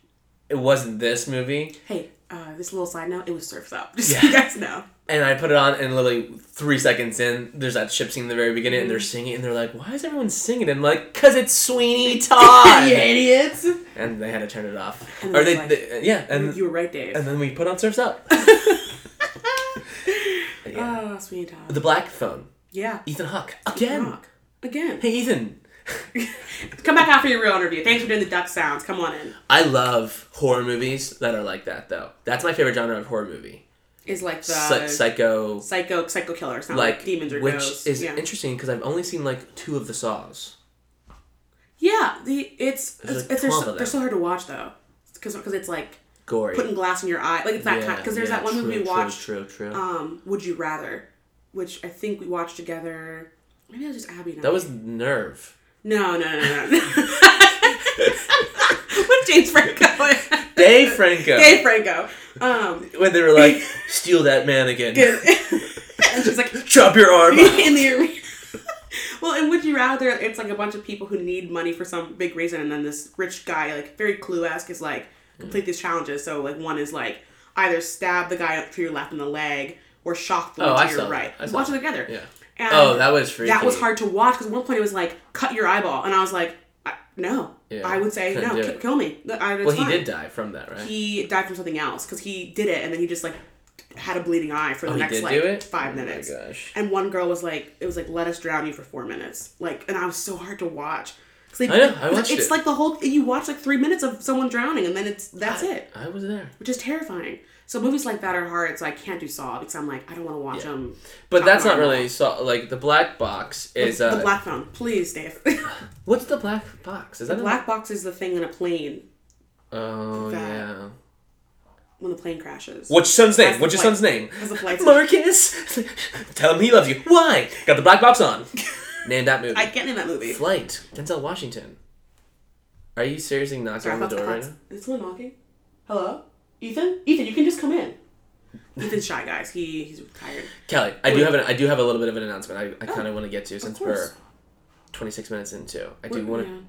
Speaker 1: It wasn't this movie.
Speaker 2: Hey, uh, this little side note, it was Surf's Up. Just so you guys know.
Speaker 1: and I put it on, and literally three seconds in, there's that ship scene in the very beginning,
Speaker 2: Mm.
Speaker 1: and they're singing, and they're like, "Why is everyone singing?" And I'm like, "Cause it's Sweeney Todd."
Speaker 2: you idiots.
Speaker 1: And they had to turn it off.
Speaker 2: And
Speaker 1: or
Speaker 2: it's
Speaker 1: they,
Speaker 2: like-
Speaker 1: they- yeah, and
Speaker 2: You were right, Dave.
Speaker 1: and then we put on Surf's Up. yeah.
Speaker 2: Oh, Sweeney Todd.
Speaker 1: the Black Phone.
Speaker 2: yeah.
Speaker 1: Ethan Hawke again.
Speaker 2: Rock. Again.
Speaker 1: Hey Ethan,
Speaker 2: Come back after your real interview. Thanks for doing the duck sounds. Come on in.
Speaker 1: I love horror movies that are like that though. That's my favorite genre of horror movie.
Speaker 2: Is like the
Speaker 1: Psy- psycho,
Speaker 2: psycho psycho killers, not like,
Speaker 1: like
Speaker 2: demons or
Speaker 1: which
Speaker 2: ghosts.
Speaker 1: is
Speaker 2: yeah.
Speaker 1: interesting because I've only seen like two of the saws.
Speaker 2: yeah, the it's it's,
Speaker 1: like
Speaker 2: it's- they're,
Speaker 1: 12
Speaker 2: so,
Speaker 1: of them.
Speaker 2: they're so hard to watch though, because it's like
Speaker 1: Gory.
Speaker 2: putting glass in your eye, like it's that
Speaker 1: Yeah,
Speaker 2: kind. Because there's
Speaker 1: yeah,
Speaker 2: that one movie
Speaker 1: true,
Speaker 2: we
Speaker 1: true,
Speaker 2: watched.
Speaker 1: True, true.
Speaker 2: Um, Would You Rather, which I think we watched together. Maybe that was just Abby. And I.
Speaker 1: that was Nerve.
Speaker 2: no, no, no, no. no. With James Franco.
Speaker 1: Dave Franco.
Speaker 2: Dave Franco. Um,
Speaker 1: When they were like, "Steal that man again.
Speaker 2: and she's like,
Speaker 1: Chop your arm." off."
Speaker 2: in the arena. well, and would you rather? It's like a bunch of people who need money for some big reason, and then this rich guy, like very clue esque, is like complete these challenges. So like one is like either stab the guy up to your left in the leg or shock the
Speaker 1: Oh,
Speaker 2: one
Speaker 1: I
Speaker 2: to
Speaker 1: saw that.
Speaker 2: your right.
Speaker 1: I saw
Speaker 2: Watch it
Speaker 1: that.
Speaker 2: together.
Speaker 1: Yeah.
Speaker 2: And
Speaker 1: Oh, that was freaky.
Speaker 2: that was hard to watch because at one point it was like cut your eyeball, and I was like, I, no,
Speaker 1: Yeah.
Speaker 2: I would say
Speaker 1: Couldn't
Speaker 2: no,
Speaker 1: do
Speaker 2: ki-
Speaker 1: it.
Speaker 2: kill me. I, it's
Speaker 1: Well, he
Speaker 2: fine.
Speaker 1: did die from that, right?
Speaker 2: He died from something else because he did it, and then he just like had a bleeding eye for the
Speaker 1: Oh, he
Speaker 2: next
Speaker 1: did
Speaker 2: like
Speaker 1: do it?
Speaker 2: five
Speaker 1: Oh my
Speaker 2: minutes.
Speaker 1: gosh.
Speaker 2: And one girl was like, it was like, let us drown you for four minutes. Like, and I was so hard to watch. 'Cause they-
Speaker 1: I know, I watched
Speaker 2: It's
Speaker 1: it.
Speaker 2: like the whole you watch like three minutes of someone drowning, and then it's that's it,
Speaker 1: I was there.
Speaker 2: which is terrifying. So movies like that are hard. So I can't do Saw because I'm like, I don't want to watch them.
Speaker 1: But
Speaker 2: talk
Speaker 1: that's
Speaker 2: about
Speaker 1: not
Speaker 2: it.
Speaker 1: really so. Like the black box is uh,
Speaker 2: the black phone. Please, Dave.
Speaker 1: what's the black box? Is that a-
Speaker 2: black box is the thing in a plane
Speaker 1: Oh
Speaker 2: that.
Speaker 1: yeah.
Speaker 2: when the plane crashes.
Speaker 1: What's your son's name?
Speaker 2: the
Speaker 1: What's your
Speaker 2: flight.
Speaker 1: son's name?
Speaker 2: That's the flight.
Speaker 1: Marcus. Tell him he loves you. Why? Got the black box on. Name that movie.
Speaker 2: I can't name that movie.
Speaker 1: Flight. Denzel Washington. Are you seriously knocking
Speaker 2: Sorry,
Speaker 1: on
Speaker 2: I
Speaker 1: the
Speaker 2: thought-
Speaker 1: door
Speaker 2: I
Speaker 1: right
Speaker 2: thought-
Speaker 1: now?
Speaker 2: Is someone knocking? Hello, Ethan. Ethan, you can just come in. Ethan's shy, guys. He he's tired.
Speaker 1: Kelly, I do have an I do have a little bit of an announcement. I, I kind of want to get to since we're
Speaker 2: Oh, course.
Speaker 1: 26 minutes into. I do want to.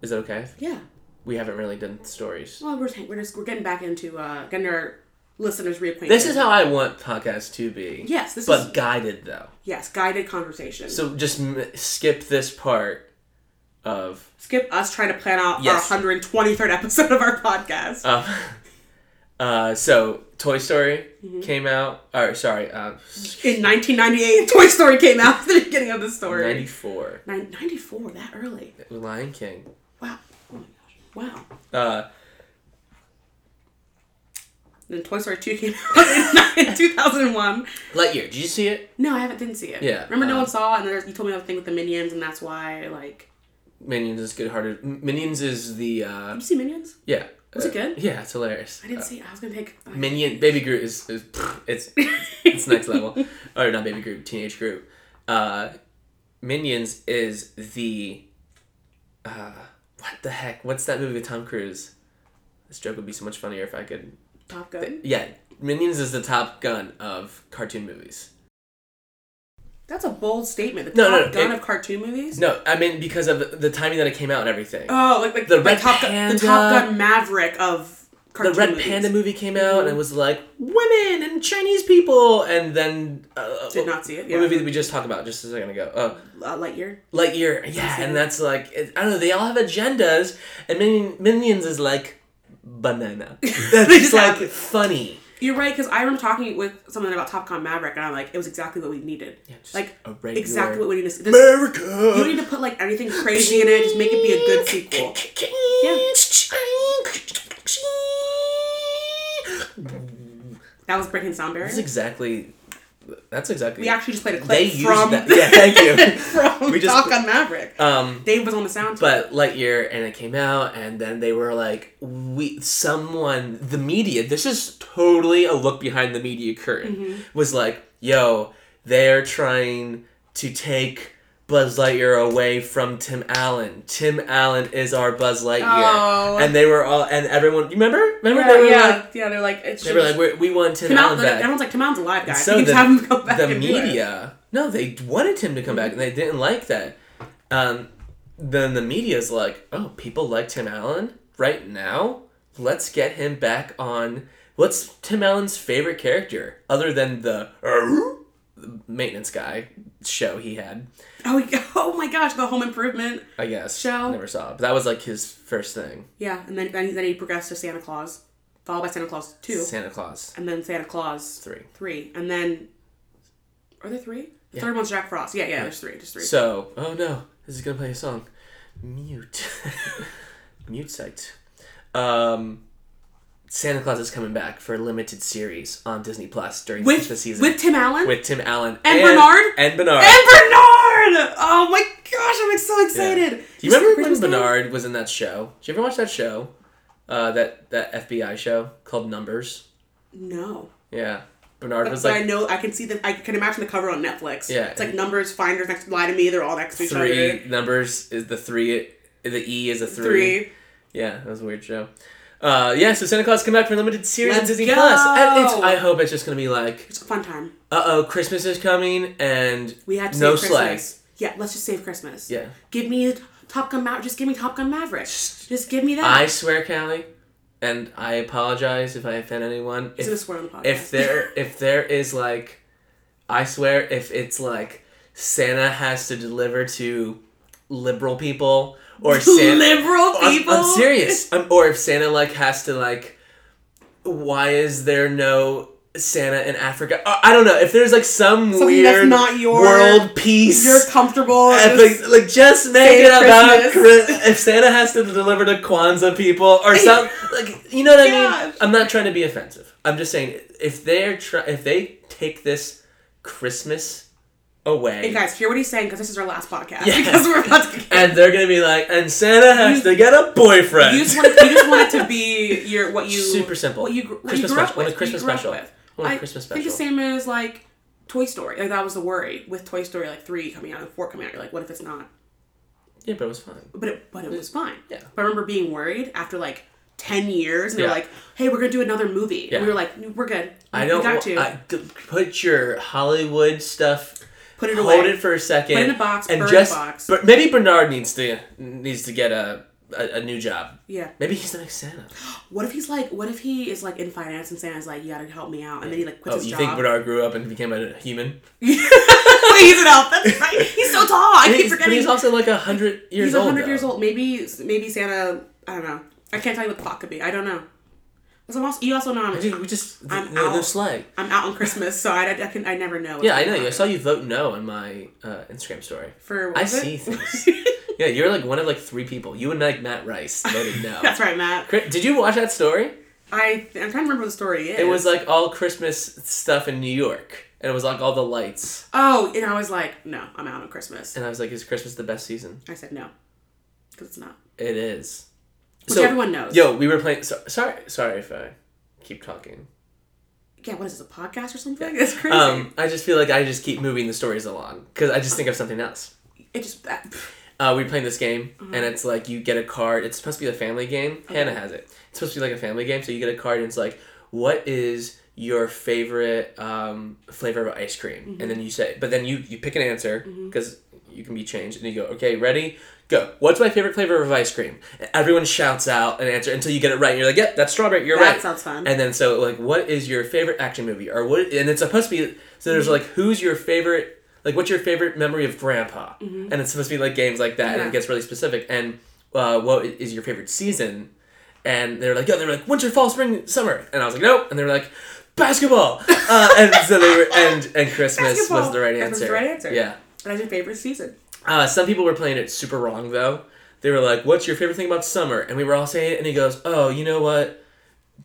Speaker 1: Is that okay?
Speaker 2: Yeah.
Speaker 1: We haven't really done stories.
Speaker 2: Well, we're hang- we're just we're getting back into uh getting our listeners reacquainted.
Speaker 1: This is how I want podcasts to be.
Speaker 2: Yes, this
Speaker 1: but
Speaker 2: is-
Speaker 1: guided though.
Speaker 2: yes guided conversation. So
Speaker 1: So just m- skip this part of
Speaker 2: skip us trying to plan out
Speaker 1: Yes.
Speaker 2: our 123rd episode of our podcast.
Speaker 1: Uh, uh, so Toy Story
Speaker 2: Mm-hmm.
Speaker 1: came out. Or sorry, uh,
Speaker 2: in 1998, Toy Story came out at the beginning of the story.
Speaker 1: ninety four.
Speaker 2: Nin- 94, that early.
Speaker 1: Lion King.
Speaker 2: Wow. Oh my gosh. Wow.
Speaker 1: Uh,
Speaker 2: Then Toy Story 2 came out in 2001.
Speaker 1: Lightyear. Did you see it?
Speaker 2: No, I haven't didn't see it.
Speaker 1: Yeah,
Speaker 2: Remember, no
Speaker 1: uh,
Speaker 2: one saw, it, and then you told me about the thing with the minions, and that's why like
Speaker 1: Minions is good hearted. Minions is the uh,
Speaker 2: you see minions.
Speaker 1: yeah.
Speaker 2: Was it good?
Speaker 1: Yeah, it's hilarious. Uh,
Speaker 2: I didn't see. it. I was gonna take. I-
Speaker 1: Minion Baby Groot is, is pfft, it's it's next level. or not Baby Groot, Teenage Groot. Uh, Minions is the uh, what the heck? What's that movie with Tom Cruise? This joke would be so much funnier if I could
Speaker 2: Top Gun.
Speaker 1: Yeah, Minions is the Top Gun of cartoon movies.
Speaker 2: That's a bold statement. The
Speaker 1: No, no,
Speaker 2: Top
Speaker 1: no,
Speaker 2: Gun
Speaker 1: it-
Speaker 2: of cartoon movies.
Speaker 1: No, I mean because of the- the timing that it came out and everything.
Speaker 2: Oh, like like
Speaker 1: The
Speaker 2: the,
Speaker 1: Red
Speaker 2: Top Gun, the Top
Speaker 1: Panda.
Speaker 2: Gun Maverick of
Speaker 1: the
Speaker 2: cartoon
Speaker 1: Red
Speaker 2: movies. Mm-hmm.
Speaker 1: Panda movie came out and it was like women and Chinese people, and then uh,
Speaker 2: Did not see it,
Speaker 1: what
Speaker 2: yeah.
Speaker 1: movie did we just talk about just a second ago? Uh,
Speaker 2: uh, Lightyear.
Speaker 1: Lightyear, yeah, and that's like it, I don't know. They all have agendas, and Min- Minions is like banana. That's
Speaker 2: just
Speaker 1: just like
Speaker 2: have it.
Speaker 1: funny.
Speaker 2: You're right because I remember talking with someone about Top Gun Maverick, and I'm like, it was exactly what we needed. Yeah,
Speaker 1: just
Speaker 2: like
Speaker 1: a regular-
Speaker 2: exactly what we needed. This-
Speaker 1: America.
Speaker 2: You don't need to put like anything crazy in it. Just make it be a good sequel. That was breaking sound barrier.
Speaker 1: That's exactly. That's exactly.
Speaker 2: we actually just played a clip
Speaker 1: they used
Speaker 2: from
Speaker 1: that. Yeah, thank you.
Speaker 2: from
Speaker 1: We just-
Speaker 2: Top Gun Maverick.
Speaker 1: Um,
Speaker 2: Dave was on the sound.
Speaker 1: but Lightyear, and it came out, and then they were like, "We, someone, the media. This is totally a look behind the media curtain."
Speaker 2: Mm-hmm.
Speaker 1: Was like, "Yo, they're trying to take." Buzz Lightyear away from Tim Allen. Tim Allen is our Buzz Lightyear,
Speaker 2: Oh.
Speaker 1: and they were all and everyone. You remember? Remember
Speaker 2: yeah,
Speaker 1: they were
Speaker 2: yeah,
Speaker 1: like,
Speaker 2: yeah, they're like it's
Speaker 1: they were like, we're, "We want Tim
Speaker 2: Tim
Speaker 1: Allen
Speaker 2: Allen, like,
Speaker 1: back."
Speaker 2: everyone's like Tim Allen's alive, guys.
Speaker 1: so
Speaker 2: you can
Speaker 1: the,
Speaker 2: have him come back.
Speaker 1: the
Speaker 2: and do it."
Speaker 1: media no they wanted him to come back and they didn't like that um, then the media's like oh people like tim allen right now let's get him back on What's Tim Allen's favorite character other than the uh, maintenance guy show he had?
Speaker 2: Oh, yeah. oh my gosh, the Home Improvement.
Speaker 1: I guess
Speaker 2: Show.
Speaker 1: never saw, it, but that was like his first thing.
Speaker 2: Yeah, and then then, then he progressed to Santa Claus, followed by Santa Claus two,
Speaker 1: Santa Claus
Speaker 2: and then Santa Claus
Speaker 1: three.
Speaker 2: three, and then are there three? The third one's Jack Frost. Yeah, yeah, there's three, there's three.
Speaker 1: So, oh no, this is gonna play a song. Mute, mute site. Um, Santa Claus is coming back for a limited series on Disney Plus during
Speaker 2: with
Speaker 1: the season
Speaker 2: with Tim Allen
Speaker 1: with Tim Allen
Speaker 2: And Bernard?
Speaker 1: and Bernard.
Speaker 2: and Bernard. Oh my gosh, I'm so excited.
Speaker 1: Do you remember when
Speaker 2: Christmas Carol?
Speaker 1: Bernard was in that show? Did you ever watch that show? Uh, that that FBI show called Numbers.
Speaker 2: No.
Speaker 1: Yeah, Bernard was
Speaker 2: But I
Speaker 1: like
Speaker 2: know I can see the I can imagine the cover on Netflix.
Speaker 1: Yeah.
Speaker 2: it's like numbers, finders, next lie to me. They're all next to each
Speaker 1: three
Speaker 2: other.
Speaker 1: numbers. Is the three the E is a three.
Speaker 2: Three.
Speaker 1: Yeah, that was a weird show. Uh, yeah, so Santa Claus come back for a limited series on
Speaker 2: Let's
Speaker 1: Disney Plus. And it's,
Speaker 2: go!
Speaker 1: I hope it's just gonna be like,
Speaker 2: It's a fun time.
Speaker 1: uh oh, Christmas is coming and
Speaker 2: We had to
Speaker 1: no
Speaker 2: save
Speaker 1: sleigh.
Speaker 2: Christmas. Yeah, let's just save Christmas.
Speaker 1: Yeah.
Speaker 2: Give me Top Gun Maverick. Just give me Top Gun Maverick. Just give me that.
Speaker 1: I swear, Callie, and I apologize if I offend anyone.
Speaker 2: He's
Speaker 1: if-
Speaker 2: gonna swear on the podcast.
Speaker 1: if there if there is like i swear if it's like santa has to deliver to liberal people or santa
Speaker 2: liberal
Speaker 1: I'm-
Speaker 2: people.
Speaker 1: I'm, serious Um or if santa like has to like why is there no santa in africa i, I don't know if there's like some
Speaker 2: Something that's
Speaker 1: weird
Speaker 2: not your-
Speaker 1: world peace
Speaker 2: You're comfortable.
Speaker 1: epic-
Speaker 2: just-
Speaker 1: like just make it
Speaker 2: save
Speaker 1: about
Speaker 2: Christmas.
Speaker 1: Chris- if Santa has to deliver to Kwanzaa people or something. Like you know what I
Speaker 2: Gosh.
Speaker 1: mean? I'm not trying to be offensive. I'm just saying if they're try- if they take this Christmas away
Speaker 2: Hey guys, hear what he's saying because this is our last podcast.
Speaker 1: Yeah.
Speaker 2: Because we're about to.
Speaker 1: and they're gonna be like, and Santa has to get a boyfriend.
Speaker 2: You just want it, you just want it to be your what you
Speaker 1: Super simple.
Speaker 2: What you, gr- what
Speaker 1: Christmas
Speaker 2: you grew up
Speaker 1: special. I want
Speaker 2: with.
Speaker 1: a
Speaker 2: what
Speaker 1: Christmas
Speaker 2: you grew up
Speaker 1: special.
Speaker 2: with.
Speaker 1: I want a Christmas
Speaker 2: think the
Speaker 1: special.
Speaker 2: same as like Toy Story. Like that was the worry with Toy Story, like three coming out and four coming out. You're like, what if it's not?
Speaker 1: yeah, but it was fine.
Speaker 2: But it, but it was fine.
Speaker 1: Mm. Yeah.
Speaker 2: But I remember being worried after like ten years, and they're
Speaker 1: Yeah.
Speaker 2: like, hey, we're gonna do another movie,
Speaker 1: Yeah.
Speaker 2: and we were like, we're good.
Speaker 1: I
Speaker 2: We
Speaker 1: don't
Speaker 2: got
Speaker 1: wa-
Speaker 2: to
Speaker 1: I- g- put your Hollywood stuff.
Speaker 2: put it away.
Speaker 1: Hold it for a second.
Speaker 2: Put it in a box,
Speaker 1: And
Speaker 2: burn the
Speaker 1: just,
Speaker 2: box.
Speaker 1: But maybe Bernard needs to needs to get a a, a new job.
Speaker 2: yeah.
Speaker 1: Maybe he's the next Santa.
Speaker 2: What if he's like? What if he is like in finance and Santa's like, you gotta help me out, and then he like quits
Speaker 1: Oh,
Speaker 2: his
Speaker 1: you
Speaker 2: job.
Speaker 1: think Bernard grew up and became a human?
Speaker 2: he's an elf. That's right. He's so tall. I keep
Speaker 1: He's- but
Speaker 2: forgetting.
Speaker 1: he's also like a hundred years
Speaker 2: He's
Speaker 1: old.
Speaker 2: hundred
Speaker 1: though.
Speaker 2: years old. Maybe maybe Santa. I don't know. I can't tell you what the plot could be. I don't know. 'Cause I'm also, you also know I'm,
Speaker 1: Dude, we just the,
Speaker 2: I'm
Speaker 1: the, the
Speaker 2: out.
Speaker 1: sleigh.
Speaker 2: I'm out on Christmas, so I, I can I never know. what's
Speaker 1: Yeah, I know
Speaker 2: going
Speaker 1: you. I
Speaker 2: on.
Speaker 1: saw you vote no on my uh, Instagram story.
Speaker 2: For what
Speaker 1: I
Speaker 2: was it?
Speaker 1: see things. yeah, you're like one of like three people. You and like Matt Rice voted no.
Speaker 2: That's right, Matt.
Speaker 1: Cri- Did you watch that story?
Speaker 2: I I'm trying to remember what the story is.
Speaker 1: It was uh, like all Christmas stuff in New York, and it was like all the lights.
Speaker 2: oh, and I was like, no, I'm out on Christmas.
Speaker 1: And I was like, "Is Christmas the best season?"
Speaker 2: I said no, because it's not.
Speaker 1: It is.
Speaker 2: Which everyone knows.
Speaker 1: Yo, we were playing. So, sorry, sorry if I keep talking.
Speaker 2: Yeah, what is this a podcast or something? It's crazy.
Speaker 1: Um, I just feel like I just keep moving the stories along because I just think of something else.
Speaker 2: it just that,
Speaker 1: Uh, we were playing this game, and it's like you get a card. It's supposed to be a family game. Hannah has it. It's supposed to be like a family game. So you get a card, and it's like, what is your favorite um, flavor of ice cream? And then you say, but then you you pick an answer because you can be changed, and you go, okay, ready. Go. What's my favorite flavor of ice cream? And Everyone shouts out an answer until you get it right. And you're like, yep, that's strawberry. You're
Speaker 2: That
Speaker 1: right.
Speaker 2: sounds fun.
Speaker 1: And then so like, what is your favorite action movie? Or what? And it's supposed to be so. There's
Speaker 2: Mhm.
Speaker 1: like, who's your favorite? Like, what's your favorite memory of Grandpa? And it's supposed to be like games like that, and
Speaker 2: Mm-hmm. Yeah.
Speaker 1: it gets really specific. And uh, what is your favorite season? And they're like, oh, they're like winter, fall, spring, summer. And I was like, nope. And they were like, basketball. uh, and so they were, and and Christmas was
Speaker 2: Basketball.
Speaker 1: the right
Speaker 2: That was
Speaker 1: answer.
Speaker 2: the right answer.
Speaker 1: Yeah.
Speaker 2: that's your favorite season.
Speaker 1: Uh, some people were playing it super wrong though. They were like, "What's your favorite thing about summer?" And we were all saying it, and he goes, "Oh, you know what?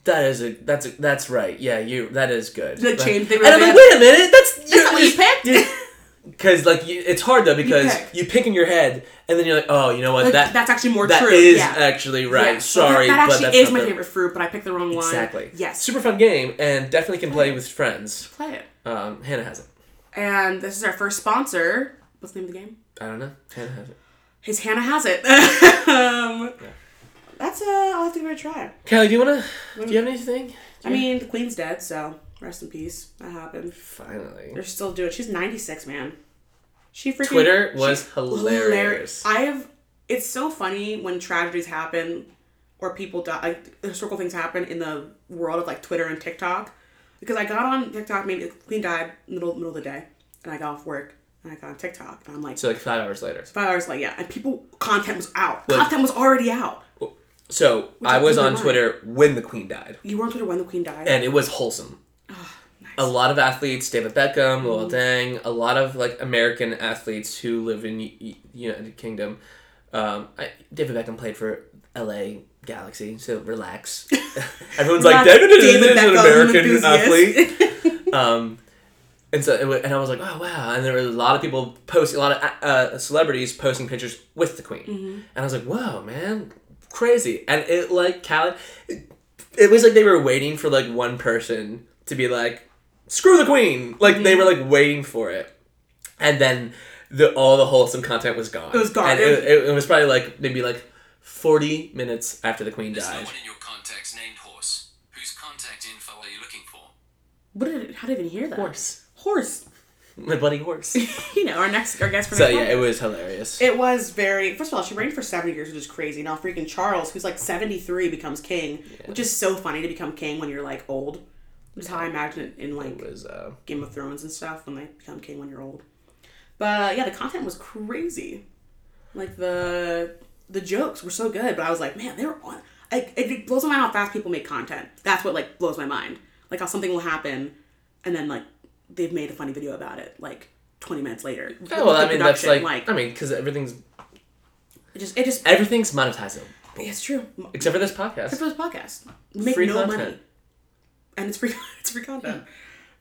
Speaker 1: That is a that's a, that's right. Yeah, you that is good."
Speaker 2: They changed- they
Speaker 1: and I'm
Speaker 2: really-
Speaker 1: like, "Wait a minute, that's
Speaker 2: That's not what you picked.
Speaker 1: Because like you, it's hard though because
Speaker 2: pick.
Speaker 1: you pick. in your head, and then you're like, "Oh, you know what?
Speaker 2: Like,
Speaker 1: that
Speaker 2: that's actually more
Speaker 1: that
Speaker 2: true.
Speaker 1: is
Speaker 2: yeah.
Speaker 1: actually right.
Speaker 2: Yeah. So
Speaker 1: Sorry,
Speaker 2: that, that
Speaker 1: but
Speaker 2: actually
Speaker 1: that's
Speaker 2: is
Speaker 1: not
Speaker 2: my
Speaker 1: the-
Speaker 2: favorite fruit, but I picked the wrong one.
Speaker 1: Exactly.
Speaker 2: Yes.
Speaker 1: Super fun game, and definitely can play with friends.
Speaker 2: play it.
Speaker 1: Um, Hannah has it.
Speaker 2: And this is our first sponsor. What's the name of the game?
Speaker 1: I don't know. Hannah has it.
Speaker 2: His Hannah has it. um, That's uh, I'll have to give it a try.
Speaker 1: Kelly, do you wanna? Do you have anything?
Speaker 2: I mean, the queen's dead, so rest in peace. That happened.
Speaker 1: Finally.
Speaker 2: They're still doing. She's ninety six, man. She freaking
Speaker 1: Twitter was
Speaker 2: she's
Speaker 1: hilarious.
Speaker 2: I have. It's so funny when tragedies happen. or people die, like historical things happen in the world of like Twitter and TikTok. Because I got on TikTok, maybe Queen died middle middle of the day, and I got off work and I got on TikTok and I'm like
Speaker 1: So like five hours later.
Speaker 2: five hours like yeah, and people content was out. Content was already out.
Speaker 1: So I was
Speaker 2: blew my
Speaker 1: on
Speaker 2: mind.
Speaker 1: Twitter when the Queen died,
Speaker 2: You were on Twitter when the Queen died.
Speaker 1: and it was wholesome.
Speaker 2: Oh,
Speaker 1: A lot of athletes, David Beckham, Lil
Speaker 2: Mm-hmm.
Speaker 1: Dang, a lot of like American athletes who live in U- U- United Kingdom. Um, I, David Beckham played for L.A. Galaxy, so relax. Everyone's like
Speaker 2: Relax,
Speaker 1: David, is an
Speaker 2: Beckham,
Speaker 1: American
Speaker 2: enthusiast.
Speaker 1: athlete. Um, and so it wa- and I was like, oh wow! And there were a lot of people posting, a lot of uh, uh, celebrities posting pictures with the Queen,
Speaker 2: Mm-hmm.
Speaker 1: and I was like, whoa, man, crazy! And it like Cali, it, it was like they were waiting for like one person to be like, screw the Queen! Like they were like waiting for it, and then the all the wholesome content was gone. It
Speaker 2: was gone.
Speaker 1: And it, it, it was probably like maybe like forty minutes after the Queen
Speaker 5: There's no
Speaker 1: died.
Speaker 5: one in your contacts named Horse. Whose contact info are you looking for?
Speaker 2: What did? How did I even hear that?
Speaker 1: Horse.
Speaker 2: Horse.
Speaker 1: My bloody horse.
Speaker 2: You know, our next our guest for
Speaker 1: so
Speaker 2: next
Speaker 1: yeah,
Speaker 2: month.
Speaker 1: it was hilarious.
Speaker 2: It was very. First of all, she reigned for seventy years, which is crazy. Now, freaking Charles, who's like seventy three, becomes king, which is so funny to become king when you're like old. Which is how I imagine it in like
Speaker 1: It was uh,
Speaker 2: Game of Thrones and stuff when they become king when you're old. But uh, yeah, the content was crazy. Like the the jokes were so good, but I was like, man, they were on. I, it blows my mind how fast people make content. That's what like blows my mind. Like how something will happen, and then like they've made a funny video about it like twenty minutes later.
Speaker 1: Oh, well, I mean that's
Speaker 2: Production,
Speaker 1: like, I mean because everything's
Speaker 2: it just it just
Speaker 1: everything's monetizable
Speaker 2: It's true.
Speaker 1: except for this
Speaker 2: For
Speaker 1: podcast.
Speaker 2: this podcast, we make
Speaker 1: Free
Speaker 2: no
Speaker 1: content.
Speaker 2: money, and it's free. It's free content.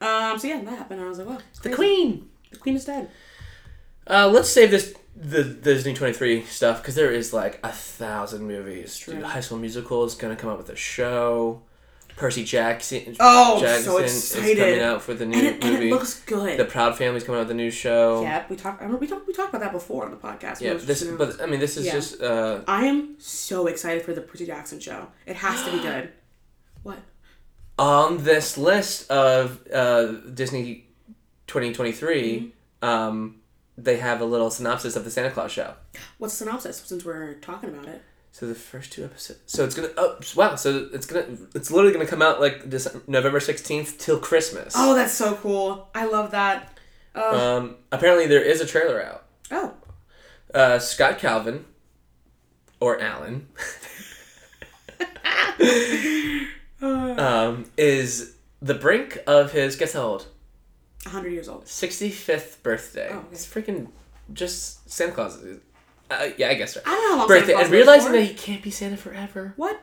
Speaker 2: Um. So yeah, that happened. And I was like, wow, it's
Speaker 1: The
Speaker 2: crazy.
Speaker 1: Queen.
Speaker 2: The queen is dead.
Speaker 1: Uh, let's save this the Disney twenty three stuff because there is like a thousand movies. Dude, High School Musical is gonna come out with a show. Percy Jackson.
Speaker 2: Oh, I'm so
Speaker 1: is coming
Speaker 2: excited.
Speaker 1: out for the new
Speaker 2: And it,
Speaker 1: movie.
Speaker 2: and it looks good.
Speaker 1: the Proud Family's coming out with a new show.
Speaker 2: yeah, we talked. I remember we talked. We talked about that before on the podcast. when
Speaker 1: Yeah,
Speaker 2: it was
Speaker 1: this
Speaker 2: just announced.
Speaker 1: but I mean this is
Speaker 2: Yeah.
Speaker 1: just uh,
Speaker 2: I am so excited for the Percy Jackson show. It has to be good. What?
Speaker 1: on this list of uh, Disney 2023,
Speaker 2: Mm-hmm.
Speaker 1: um, they have a little synopsis of the Santa Claus show.
Speaker 2: What's the synopsis? Since we're talking about it.
Speaker 1: So the first two episodes. So it's gonna. Oh wow! So it's gonna. It's literally gonna come out like December, November 16th till Christmas.
Speaker 2: Oh, that's so cool. I love that.
Speaker 1: Um, apparently there is a trailer out.
Speaker 2: Oh,
Speaker 1: Uh, Scott Calvin, or Alan, um, is the brink of his. Guess how old?
Speaker 2: hundred years old.
Speaker 1: 65th birthday.
Speaker 2: Oh, okay.
Speaker 1: It's freaking just Santa Claus. is- Uh, yeah, I guess right.
Speaker 2: I don't know how long.
Speaker 1: Birthday
Speaker 2: Santa Claus
Speaker 1: and
Speaker 2: lived
Speaker 1: realizing
Speaker 2: for.
Speaker 1: that he can't be Santa forever.
Speaker 2: what?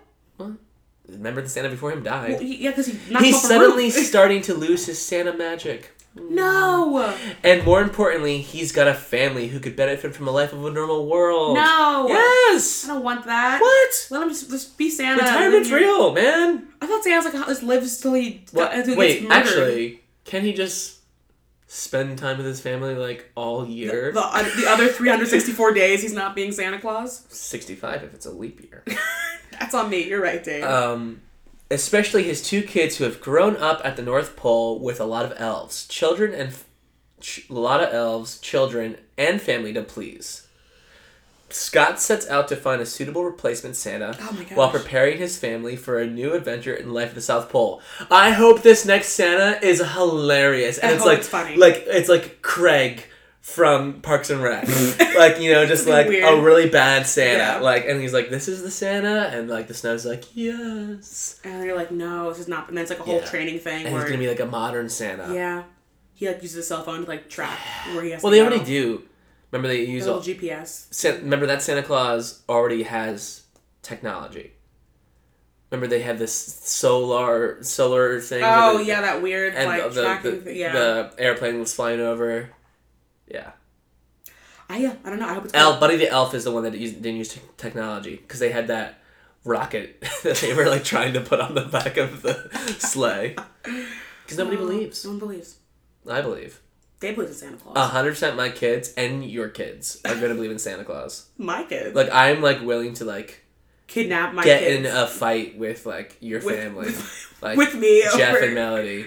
Speaker 1: Remember the Santa before him died.
Speaker 2: Yeah, because he knocked
Speaker 1: He's
Speaker 2: off the roof.
Speaker 1: suddenly starting to lose his Santa magic.
Speaker 2: no,
Speaker 1: And more importantly, he's got a family who could benefit from a life of a normal world.
Speaker 2: no. I
Speaker 1: Yes!
Speaker 2: don't want that.
Speaker 1: Oh. What?
Speaker 2: Let him just, just be Santa. and
Speaker 1: Retirement's
Speaker 2: live your-
Speaker 1: real, man!
Speaker 2: I thought Santa's like just lives till he
Speaker 1: Well,
Speaker 2: until he
Speaker 1: wait,
Speaker 2: gets murdered.
Speaker 1: actually, can he just spend time with his family like all year?
Speaker 2: The, uh, the other 364 days he's not being Santa Claus?
Speaker 1: 65 if it's a leap year.
Speaker 2: That's on me. You're right, Dave.
Speaker 1: um, especially his two kids who have grown up at the North Pole with a lot of elves, children and f- ch- a lot of elves, children and family to please. Scott sets out to find a suitable replacement Santa
Speaker 2: Oh my gosh.
Speaker 1: while preparing his family for a new adventure in life at the South Pole. I hope this next Santa is hilarious and
Speaker 2: I
Speaker 1: it's
Speaker 2: hope
Speaker 1: like
Speaker 2: it's funny.
Speaker 1: like it's like Craig from Parks and Rec. like, you know, just like
Speaker 2: weird.
Speaker 1: a really bad Santa.
Speaker 2: Yeah.
Speaker 1: Like and he's like, This is the Santa and like the snow's like, Yes.
Speaker 2: and you're like, no, this is not. And then it's like a whole
Speaker 1: Yeah.
Speaker 2: training thing
Speaker 1: And
Speaker 2: where.
Speaker 1: he's gonna be like a modern Santa.
Speaker 2: yeah. He like uses his cell phone to like track where he has
Speaker 1: Well
Speaker 2: to
Speaker 1: they
Speaker 2: go.
Speaker 1: already do. Remember they use
Speaker 2: The
Speaker 1: all,
Speaker 2: little GPS.
Speaker 1: San- remember that Santa Claus already has technology. Remember they had this solar solar thing. where
Speaker 2: Oh,
Speaker 1: the-
Speaker 2: yeah, that weird
Speaker 1: and
Speaker 2: like
Speaker 1: the, the,
Speaker 2: tracking
Speaker 1: the,
Speaker 2: thing. Yeah.
Speaker 1: the airplane was flying over. Yeah.
Speaker 2: I, yeah. I don't know. I hope it's
Speaker 1: El Buddy the Elf is the one that used, didn't use t- technology because they had that rocket that they were like trying to put on the back of the sleigh. Because nobody believes. Uh,
Speaker 2: No one believes.
Speaker 1: I believe.
Speaker 2: They believe in Santa Claus.
Speaker 1: A hundred percent. My kids and your kids are gonna believe in Santa Claus.
Speaker 2: my kids.
Speaker 1: Like I'm like willing to like
Speaker 2: kidnap my
Speaker 1: get
Speaker 2: kids.
Speaker 1: in uh, a fight with like your
Speaker 2: With-
Speaker 1: family,
Speaker 2: with-
Speaker 1: like
Speaker 2: with me
Speaker 1: Jeff
Speaker 2: over-
Speaker 1: and Melody.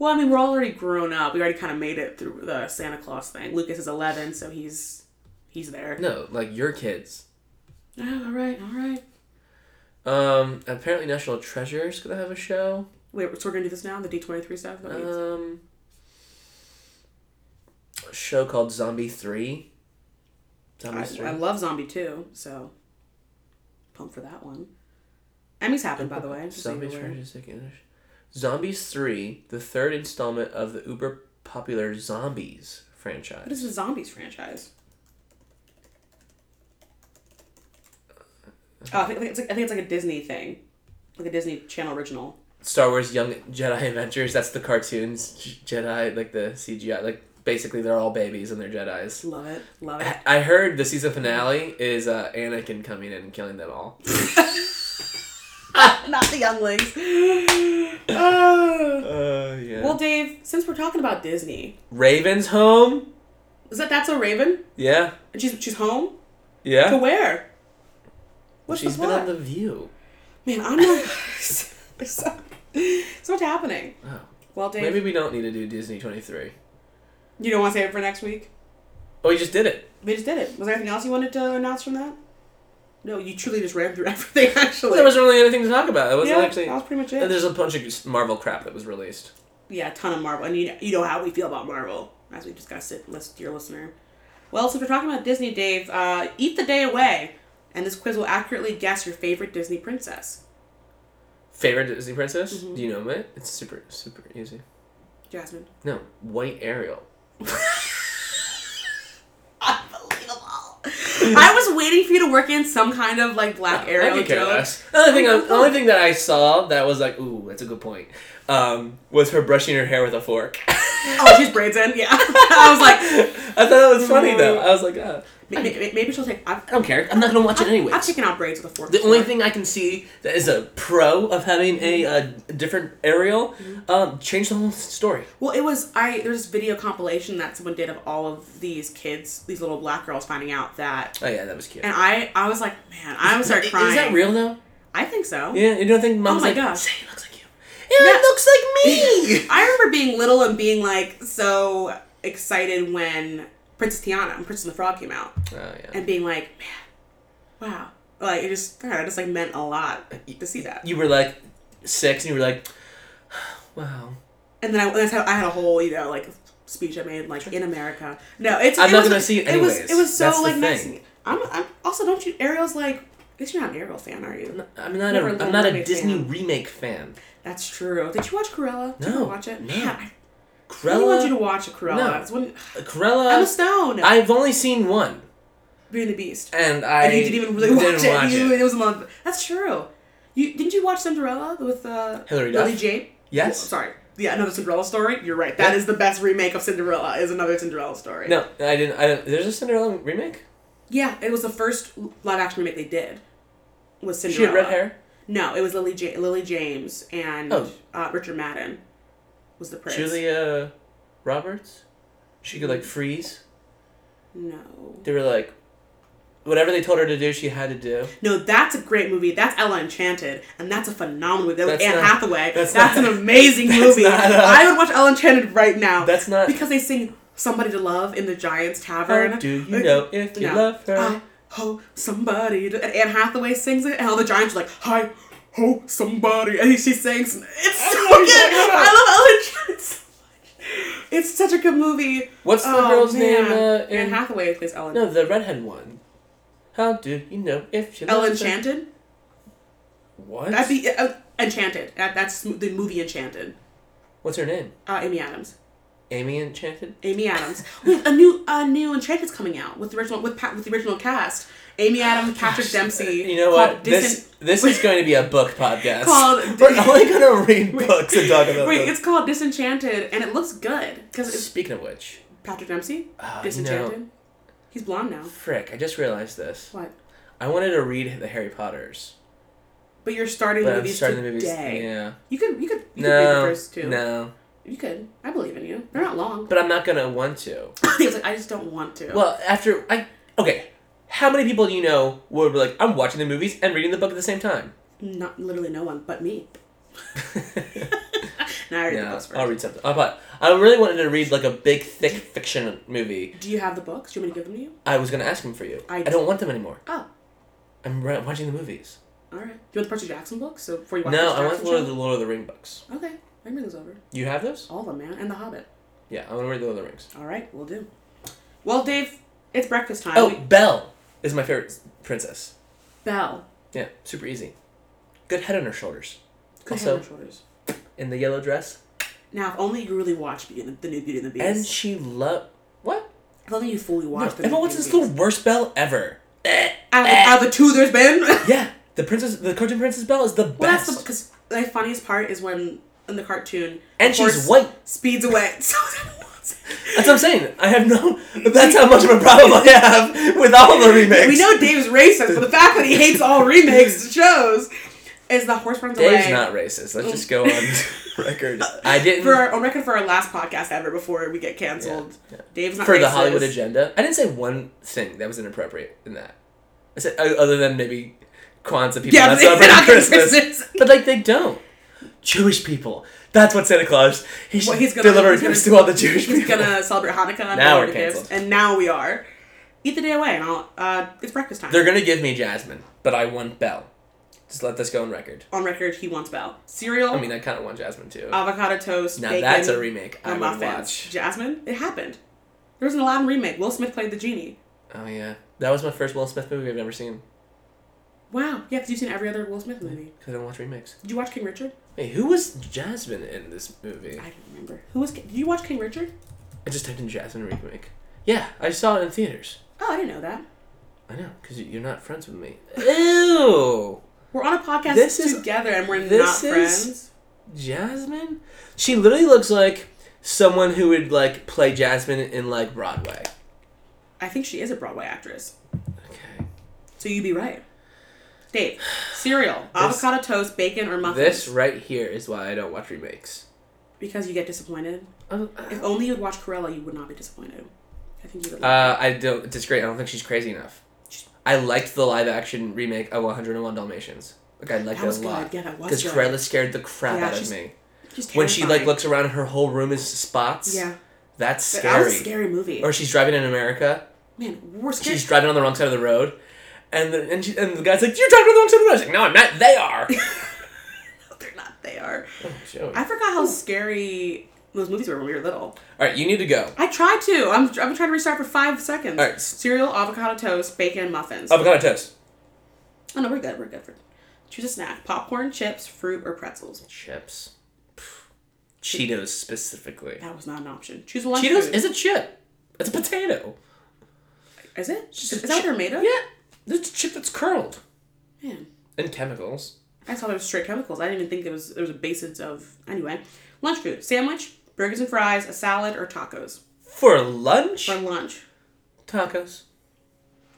Speaker 2: Well, I mean, we're already grown up. We already kind of made it through the Santa Claus thing. Lucas is 11, so he's he's there.
Speaker 1: No, like your kids.
Speaker 2: Oh, all right, all right.
Speaker 1: Um, apparently National Treasure is gonna have a show.
Speaker 2: Wait, so we're gonna do this now? The D twenty three stuff. That means-
Speaker 1: Um, a show called Zombie Three. Zombie Three.
Speaker 2: I, I love Zombie Two, so pumped for that one. Emmys happened, by the way. just so you're
Speaker 1: Zombies
Speaker 2: aware.
Speaker 1: versus Sick English. Zombies 3, the third installment of the uber popular Zombies
Speaker 2: What
Speaker 1: franchise.
Speaker 2: is the Zombies franchise? Oh, I think, I think it's like I think it's like a Disney thing, like a Disney Channel original.
Speaker 1: Star Wars Young Jedi Adventures, that's the cartoons, J- Jedi, like the CGI, like basically they're all babies and they're Jedis.
Speaker 2: Love it, love it.
Speaker 1: I heard the season finale is uh, Anakin coming in and killing them all.
Speaker 2: Not the younglings. Oh.
Speaker 1: Uh, yeah.
Speaker 2: Well, Dave, since we're talking about Disney,
Speaker 1: Raven's home?
Speaker 2: is that that's a Raven?
Speaker 1: Yeah.
Speaker 2: And she's she's home to
Speaker 1: Yeah.
Speaker 2: where? What's
Speaker 1: She's
Speaker 2: the
Speaker 1: been
Speaker 2: plot?
Speaker 1: on The View.
Speaker 2: Man, I'm not. there's so, so much happening.
Speaker 1: Wow.
Speaker 2: Well, Dave,
Speaker 1: Oh. Maybe we don't need to do Disney 23.
Speaker 2: you don't want to save it for next week.
Speaker 1: Oh, we just did it.
Speaker 2: We just did it. Was there anything else you wanted to announce from that? No, you truly just ran through everything. Actually,
Speaker 1: There wasn't really anything to talk about. It wasn't
Speaker 2: yeah,
Speaker 1: actually.
Speaker 2: that was pretty much
Speaker 1: And
Speaker 2: it.
Speaker 1: there's a bunch of Marvel crap that was released.
Speaker 2: Yeah, a ton of Marvel, and you you know how we feel about Marvel as we discussed it, list dear listener. Well, since we're talking about Disney, Dave, uh, eat the day away, and this quiz will accurately guess your favorite Disney princess.
Speaker 1: Favorite Disney princess?
Speaker 2: Mm-hmm.
Speaker 1: Do you know it? It's super, super easy.
Speaker 2: Jasmine.
Speaker 1: No, White Ariel.
Speaker 2: Unbelievable. I was waiting for you to work in some kind of like black
Speaker 1: I
Speaker 2: Ariel Oh
Speaker 1: could care
Speaker 2: joke.
Speaker 1: less. The only thing, the only thing that I saw that was like, ooh, that's a good point, um, was her brushing her hair with a fork.
Speaker 2: Oh, she's braids in. Yeah, I was like,
Speaker 1: I thought that was funny though. I was like, ah,
Speaker 2: ma- ma- ma- maybe she'll take. I've,
Speaker 1: I don't care. I'm not gonna watch it anyways.
Speaker 2: I've taken out braids with a fork.
Speaker 1: the only
Speaker 2: before.
Speaker 1: thing I can see that is a pro of having a uh,
Speaker 2: Mm-hmm.
Speaker 1: different Ariel um, change the whole story.
Speaker 2: Well, it was I. There's this video compilation that someone did of all of these kids, these little black girls, finding out that.
Speaker 1: Oh yeah, that was cute.
Speaker 2: And I, I was like, man, I was start
Speaker 1: Is-
Speaker 2: crying.
Speaker 1: Is that real though?
Speaker 2: I think so.
Speaker 1: Yeah, you don't think mom's
Speaker 2: my
Speaker 1: like,
Speaker 2: gosh.
Speaker 1: say it looks like you. Yeah,
Speaker 2: Yeah.
Speaker 1: it looks like me. Oh,
Speaker 2: I remember being little and being like so excited when Princess Tiana and Princess and the Frog came out,
Speaker 1: oh yeah.
Speaker 2: and being like, man, wow, like it just, I don't know, it just like meant a lot to see that.
Speaker 1: You were like six, and you were like, wow.
Speaker 2: and then I, that's how I had a whole you know like speech I made like in America. No, it's
Speaker 1: I'm
Speaker 2: it
Speaker 1: not
Speaker 2: was-
Speaker 1: gonna see it
Speaker 2: was
Speaker 1: anyways.
Speaker 2: it was so
Speaker 1: That's the
Speaker 2: like nice.
Speaker 1: thing.
Speaker 2: to me. I'm, I'm also don't you Ariel's like I guess you're not an Ariel fan, are you?
Speaker 1: I'm not
Speaker 2: Never
Speaker 1: a
Speaker 2: been
Speaker 1: I'm not a
Speaker 2: remake
Speaker 1: Disney
Speaker 2: fan.
Speaker 1: remake fan.
Speaker 2: That's true. Did you watch Cruella? Did you
Speaker 1: No,
Speaker 2: ever watch it?
Speaker 1: no.
Speaker 2: Man, I really want you to
Speaker 1: Cruella,
Speaker 2: watch Cruella.
Speaker 1: No. Uh,
Speaker 2: It's when Emma
Speaker 1: Cruella.
Speaker 2: Stone,
Speaker 1: I've only seen one,
Speaker 2: Beauty and the Beast,
Speaker 1: and I
Speaker 2: and you didn't even really
Speaker 1: didn't
Speaker 2: watch it.
Speaker 1: watch
Speaker 2: You, it was a month. That's true. You didn't you watch Cinderella with uh,
Speaker 1: Hilary
Speaker 2: Lily
Speaker 1: Duff?
Speaker 2: James?
Speaker 1: Yes.
Speaker 2: sorry. Yeah, another Cinderella story. You're right. That is
Speaker 1: Yeah.
Speaker 2: the best remake of Cinderella. Is another Cinderella story.
Speaker 1: No, I didn't. I didn't. There's a Cinderella remake.
Speaker 2: Yeah, it was the first live action remake they did. Was
Speaker 1: She
Speaker 2: Cinderella?
Speaker 1: had red hair.
Speaker 2: No, it was Lily ja- Lily James and
Speaker 1: Oh.
Speaker 2: uh, Richard Madden was the prince.
Speaker 1: Julia Roberts. She
Speaker 2: Mm.
Speaker 1: could like freeze.
Speaker 2: No,
Speaker 1: They were like, whatever they told her to do, she had to do.
Speaker 2: no, that's a great movie. That's Ella Enchanted, and that's a phenomenal movie. That's
Speaker 1: That's
Speaker 2: Anne
Speaker 1: not-
Speaker 2: Hathaway. That's,
Speaker 1: that's
Speaker 2: an
Speaker 1: not-
Speaker 2: amazing
Speaker 1: that's
Speaker 2: movie.
Speaker 1: not, uh,
Speaker 2: I would watch Ella Enchanted right now.
Speaker 1: That's not-
Speaker 2: because they sing "Somebody to Love" in the Giants Tavern.
Speaker 1: How do you know if you
Speaker 2: No. Oh.
Speaker 1: love her?
Speaker 2: I ho somebody. to- And Anne Hathaway sings it, and all the giants are like, hi ho somebody. And she sings, it's so
Speaker 1: know what you're
Speaker 2: good.
Speaker 1: talking about.
Speaker 2: I love Ellen Jones so much. It's such a good movie. Oh,
Speaker 1: What's the girl's name, uh, in-
Speaker 2: Anne Hathaway plays Ellen.
Speaker 1: No, the redhead one. How do you know if she
Speaker 2: Ellen
Speaker 1: loves her?
Speaker 2: Enchanted?
Speaker 1: What?
Speaker 2: That'd be uh, Enchanted. That, that's the movie Enchanted.
Speaker 1: What's her name?
Speaker 2: Uh, Amy Adams.
Speaker 1: Amy Enchanted?
Speaker 2: Amy Adams. Wait, a new a new Enchanted's coming out with the original with pa- with the original cast. Amy Adams, Patrick Dempsey.
Speaker 1: You know
Speaker 2: called
Speaker 1: what? This
Speaker 2: Distant-
Speaker 1: this is going to be a book podcast.
Speaker 2: Called-
Speaker 1: We're only going to read books and talk about
Speaker 2: Wait,
Speaker 1: books.
Speaker 2: it's called Disenchanted, and it looks good because it's
Speaker 1: Speaking of which,
Speaker 2: Patrick Dempsey.
Speaker 1: Oh,
Speaker 2: Disenchanted.
Speaker 1: no.
Speaker 2: He's blonde now.
Speaker 1: frick, I just realized this.
Speaker 2: What?
Speaker 1: I wanted to read the Harry Potters.
Speaker 2: But you're starting
Speaker 1: But
Speaker 2: the
Speaker 1: I'm
Speaker 2: movies
Speaker 1: starting the movies.
Speaker 2: today.
Speaker 1: Yeah.
Speaker 2: You could. You could. You could read the
Speaker 1: No.
Speaker 2: first two.
Speaker 1: No.
Speaker 2: You could. I believe in you. They're not long.
Speaker 1: But I'm not going to want to.
Speaker 2: he was like, I just don't want to.
Speaker 1: Well, after I okay, how many people do you know would be like, I'm watching the movies and reading the book at the same time?
Speaker 2: not literally no one but me. Now I read the
Speaker 1: yeah,
Speaker 2: books first.
Speaker 1: I'll read something. I thought I really wanted to read like a big, thick fiction movie.
Speaker 2: Do you have the books? Do you want me to give them to you?
Speaker 1: I was gonna ask him for you.
Speaker 2: I-
Speaker 1: I, don't want them anymore.
Speaker 2: Oh,
Speaker 1: I'm re- watching the movies.
Speaker 2: All right. Do you want the Percy Jackson book? So before you watch
Speaker 1: No,
Speaker 2: Percy
Speaker 1: I want
Speaker 2: Jackson
Speaker 1: Lord of the
Speaker 2: show?
Speaker 1: Lord of the Ring books.
Speaker 2: Okay, everything's over.
Speaker 1: You have those?
Speaker 2: All of them, man, and The Hobbit.
Speaker 1: Yeah, I want to read Lord of the Rings.
Speaker 2: All right, we'll do. Well, Dave, it's breakfast time.
Speaker 1: Oh,
Speaker 2: We-
Speaker 1: Belle is my favorite princess.
Speaker 2: Belle.
Speaker 1: Yeah, super easy. Good head on her shoulders.
Speaker 2: Good
Speaker 1: also,
Speaker 2: head on her shoulders.
Speaker 1: in the yellow dress,
Speaker 2: Now, if only you really watched Beauty and the, the new Beauty and the Beast.
Speaker 1: and she loved what?
Speaker 2: if only you fully
Speaker 1: No,
Speaker 2: watched. the new
Speaker 1: Emma Watson's
Speaker 2: Beauty
Speaker 1: the
Speaker 2: and the Beast.
Speaker 1: worst Belle ever.
Speaker 2: Out of, the- out of the two there's been.
Speaker 1: Yeah, the princess, the cartoon princess Belle is the
Speaker 2: Well,
Speaker 1: best.
Speaker 2: that's the because the funniest part is when in the cartoon
Speaker 1: And
Speaker 2: the
Speaker 1: she's
Speaker 2: horse
Speaker 1: white.
Speaker 2: speeds away. So is Emma Watson.
Speaker 1: That's what I'm saying. I have no. That's how much of a problem I have with all the remakes.
Speaker 2: we know Dave's racist, but the fact that he hates all remakes shows is the horse runs away.
Speaker 1: Dave's not racist. Let's just go on record. I didn't
Speaker 2: for
Speaker 1: Uh, for,
Speaker 2: our, on record for our last podcast ever before we get canceled. Dave's not
Speaker 1: the
Speaker 2: racist.
Speaker 1: Hollywood agenda. I didn't say one thing that was inappropriate in that. I said o- other than maybe Kwanzaa people
Speaker 2: Yeah,
Speaker 1: not
Speaker 2: they- they're
Speaker 1: celebrating
Speaker 2: not getting
Speaker 1: Christmas,
Speaker 2: Christmas.
Speaker 1: but like they don't. Jewish people. That's what Santa Claus. He should
Speaker 2: Well, he's gonna
Speaker 1: deliver
Speaker 2: he's gonna-
Speaker 1: gifts to all the Jewish
Speaker 2: He's
Speaker 1: people.
Speaker 2: gonna celebrate Hanukkah. and
Speaker 1: Now
Speaker 2: all
Speaker 1: we're
Speaker 2: the gifts,
Speaker 1: canceled.
Speaker 2: and now we are. Eat the day away, and I'll. Uh, it's breakfast time.
Speaker 1: They're gonna give me Jasmine, but I want Belle. Just let this go on record.
Speaker 2: on record, he wants Belle cereal,
Speaker 1: I mean, I kind of want Jasmine too.
Speaker 2: avocado toast.
Speaker 1: now
Speaker 2: bacon,
Speaker 1: that's a remake I
Speaker 2: and
Speaker 1: would
Speaker 2: muffins.
Speaker 1: watch.
Speaker 2: Jasmine, it happened. There was an Aladdin remake. Will Smith played the genie.
Speaker 1: Oh yeah, that was my first Will Smith movie I've ever seen
Speaker 2: Wow. Yeah, because you've seen every other Will Smith movie.
Speaker 1: because I don't watch remakes.
Speaker 2: Did you watch King Richard?
Speaker 1: Wait, who was Jasmine in this movie?
Speaker 2: I don't remember. Who was? Ki- Did you watch King Richard?
Speaker 1: I just typed in Jasmine remake. Yeah, I saw it in theaters.
Speaker 2: Oh, I didn't know that.
Speaker 1: I know because you're not friends with me. Ew,
Speaker 2: We're on a podcast
Speaker 1: This is-
Speaker 2: together, and we're
Speaker 1: this
Speaker 2: not
Speaker 1: is-
Speaker 2: friends.
Speaker 1: Jasmine. She literally looks like someone who would like play Jasmine in like Broadway.
Speaker 2: I think she is a Broadway actress.
Speaker 1: Okay.
Speaker 2: So you'd be right. Dave, cereal, avocado toast, bacon, or muffins.
Speaker 1: This right here is why I don't watch remakes.
Speaker 2: Because you get disappointed.
Speaker 1: Oh,
Speaker 2: If only you'd watch Corella, you would not be disappointed. I think you would. Like
Speaker 1: Uh, I don't disagree. I don't think she's crazy enough. I liked the live action remake of 101 Dalmatians. Like I liked
Speaker 2: That was
Speaker 1: it a lot
Speaker 2: good. Yeah, that was
Speaker 1: because
Speaker 2: good.
Speaker 1: Cruella scared the crap
Speaker 2: Yeah,
Speaker 1: out of
Speaker 2: she's
Speaker 1: me.
Speaker 2: Just
Speaker 1: When she like
Speaker 2: terrifying.
Speaker 1: looks around, her whole room is spots.
Speaker 2: Yeah.
Speaker 1: that's
Speaker 2: But
Speaker 1: scary.
Speaker 2: That was a scary movie.
Speaker 1: Or she's driving in America.
Speaker 2: Man, we're scared.
Speaker 1: She's driving on the wrong side of the road, and the, and, she, and the guy's like, "You're driving on the wrong side of the road." She's like, "No, I'm not. They are."
Speaker 2: They're not. They are.
Speaker 1: Joey.
Speaker 2: I forgot how scary those movies were when we were little.
Speaker 1: All right, you need to go.
Speaker 2: I tried to. I'm. I'm trying to restart for five seconds.
Speaker 1: All right.
Speaker 2: Cereal, avocado toast, bacon, muffins.
Speaker 1: Avocado toast.
Speaker 2: oh no, we're good. We're good. For, choose a snack: popcorn, chips, fruit, or pretzels.
Speaker 1: Chips. Pff. Cheetos specifically.
Speaker 2: That was not an option. Choose one.
Speaker 1: Cheetos
Speaker 2: food.
Speaker 1: is a chip. It's a potato.
Speaker 2: Is it? Is,
Speaker 1: a
Speaker 2: is that what
Speaker 1: chip.
Speaker 2: they're made of?
Speaker 1: Yeah, it's a chip that's curled.
Speaker 2: Man,
Speaker 1: And chemicals.
Speaker 2: I saw there was straight chemicals. I didn't even think there was there was a basis of anyway. Lunch food: sandwich, burgers and fries, a salad, or tacos.
Speaker 1: For lunch?
Speaker 2: For lunch,
Speaker 1: tacos.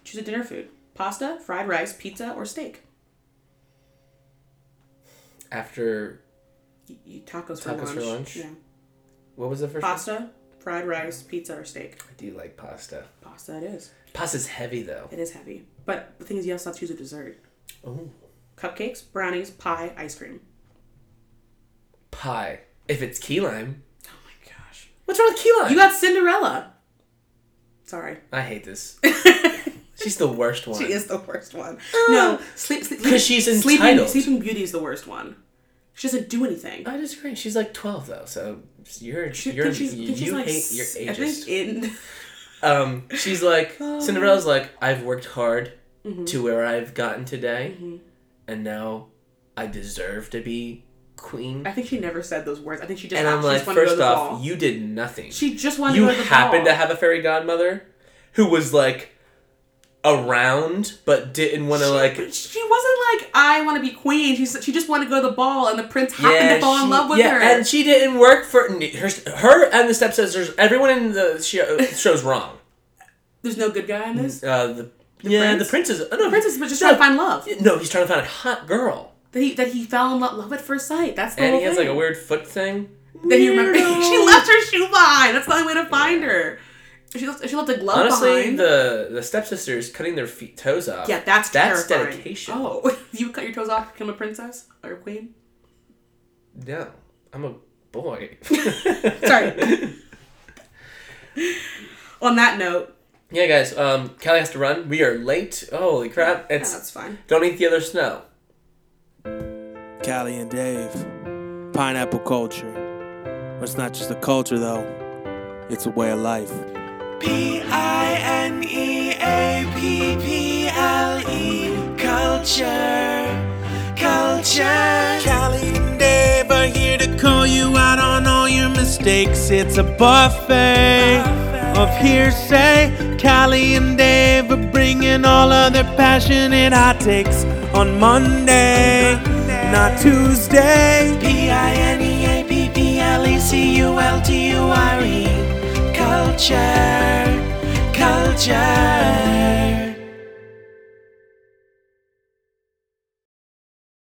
Speaker 2: choose a dinner food: pasta, fried rice, pizza, or steak.
Speaker 1: After,
Speaker 2: Y- y- tacos for
Speaker 1: Tacos
Speaker 2: lunch.
Speaker 1: for lunch?
Speaker 2: Yeah.
Speaker 1: what was the first
Speaker 2: Pasta, fried rice, pizza, or steak.
Speaker 1: I do like pasta.
Speaker 2: Pasta, it is.
Speaker 1: Pasta's heavy though.
Speaker 2: It is heavy. But the thing is, you also have to choose a dessert:
Speaker 1: Oh.
Speaker 2: cupcakes, brownies, pie, ice cream.
Speaker 1: Pie. If it's key lime.
Speaker 2: Oh my gosh!
Speaker 1: What's wrong with key lime?
Speaker 2: You got Cinderella. Sorry.
Speaker 1: I hate this. she's the worst one.
Speaker 2: She is the worst one. No, sleep, sleep,
Speaker 1: Oh. 'Cause she's
Speaker 2: sleeping,
Speaker 1: entitled.
Speaker 2: sleeping Beauty is the worst one. She doesn't do anything.
Speaker 1: I disagree. She's like 12 though, so you're,
Speaker 2: She,
Speaker 1: you're,
Speaker 2: think she's,
Speaker 1: you
Speaker 2: think she's like,
Speaker 1: hate your
Speaker 2: s- I
Speaker 1: ages.
Speaker 2: think in
Speaker 1: Um, she's like, Cinderella's like, I've worked hard
Speaker 2: Mm-hmm.
Speaker 1: to where I've gotten today, and now I deserve to be queen.
Speaker 2: I think she never said those words. I think she just
Speaker 1: And I'm
Speaker 2: she
Speaker 1: like,
Speaker 2: just wanted to go
Speaker 1: first
Speaker 2: to the
Speaker 1: off,
Speaker 2: ball.
Speaker 1: you did nothing.
Speaker 2: she just wanted
Speaker 1: you
Speaker 2: to go to the
Speaker 1: happened
Speaker 2: ball.
Speaker 1: to have a fairy godmother who was like around but didn't want to like.
Speaker 2: But she wasn't like I want to be queen. She s- she just wanted to go to the ball, and the prince happened to fall
Speaker 1: she-
Speaker 2: in love with
Speaker 1: yeah,
Speaker 2: her.
Speaker 1: and she didn't work for her. Her and the stepsisters, everyone in the show, show's wrong.
Speaker 2: There's no good guy in this.
Speaker 1: Uh, the, yeah,
Speaker 2: prince?
Speaker 1: the princess. Oh, no,
Speaker 2: The princess was just
Speaker 1: no,
Speaker 2: trying to find love.
Speaker 1: No, he's trying to find a hot girl.
Speaker 2: That he that he fell in love, love at first sight. That's the
Speaker 1: and
Speaker 2: whole
Speaker 1: he has
Speaker 2: thing.
Speaker 1: like a weird foot thing.
Speaker 2: Then he remembered
Speaker 1: Weirdo.
Speaker 2: she left her shoe behind. That's the only way to find her. She left, she left a glove
Speaker 1: Honestly,
Speaker 2: behind.
Speaker 1: the the stepsisters cutting their feet toes off.
Speaker 2: yeah, that's
Speaker 1: that's
Speaker 2: terrifying.
Speaker 1: dedication.
Speaker 2: Oh, you cut your toes off, become a princess or a queen.
Speaker 1: No, I'm a boy.
Speaker 2: Sorry. On that note,
Speaker 1: yeah, guys. Um, Callie has to run. We are late. Holy crap! It's
Speaker 2: that's fine.
Speaker 1: don't eat the other snow.
Speaker 3: Callie and Dave. Pineapple culture. It's not just a culture, though, it's a way of life.
Speaker 4: P I N E A P P L E culture, culture.
Speaker 3: Callie and Dave are here to call you out on all your mistakes. It's a buffet of hearsay. Callie and Dave are bringing all of their passionate hot takes on Monday, not Tuesday.
Speaker 4: P I N E A P P L E C U L T U R E culture, culture.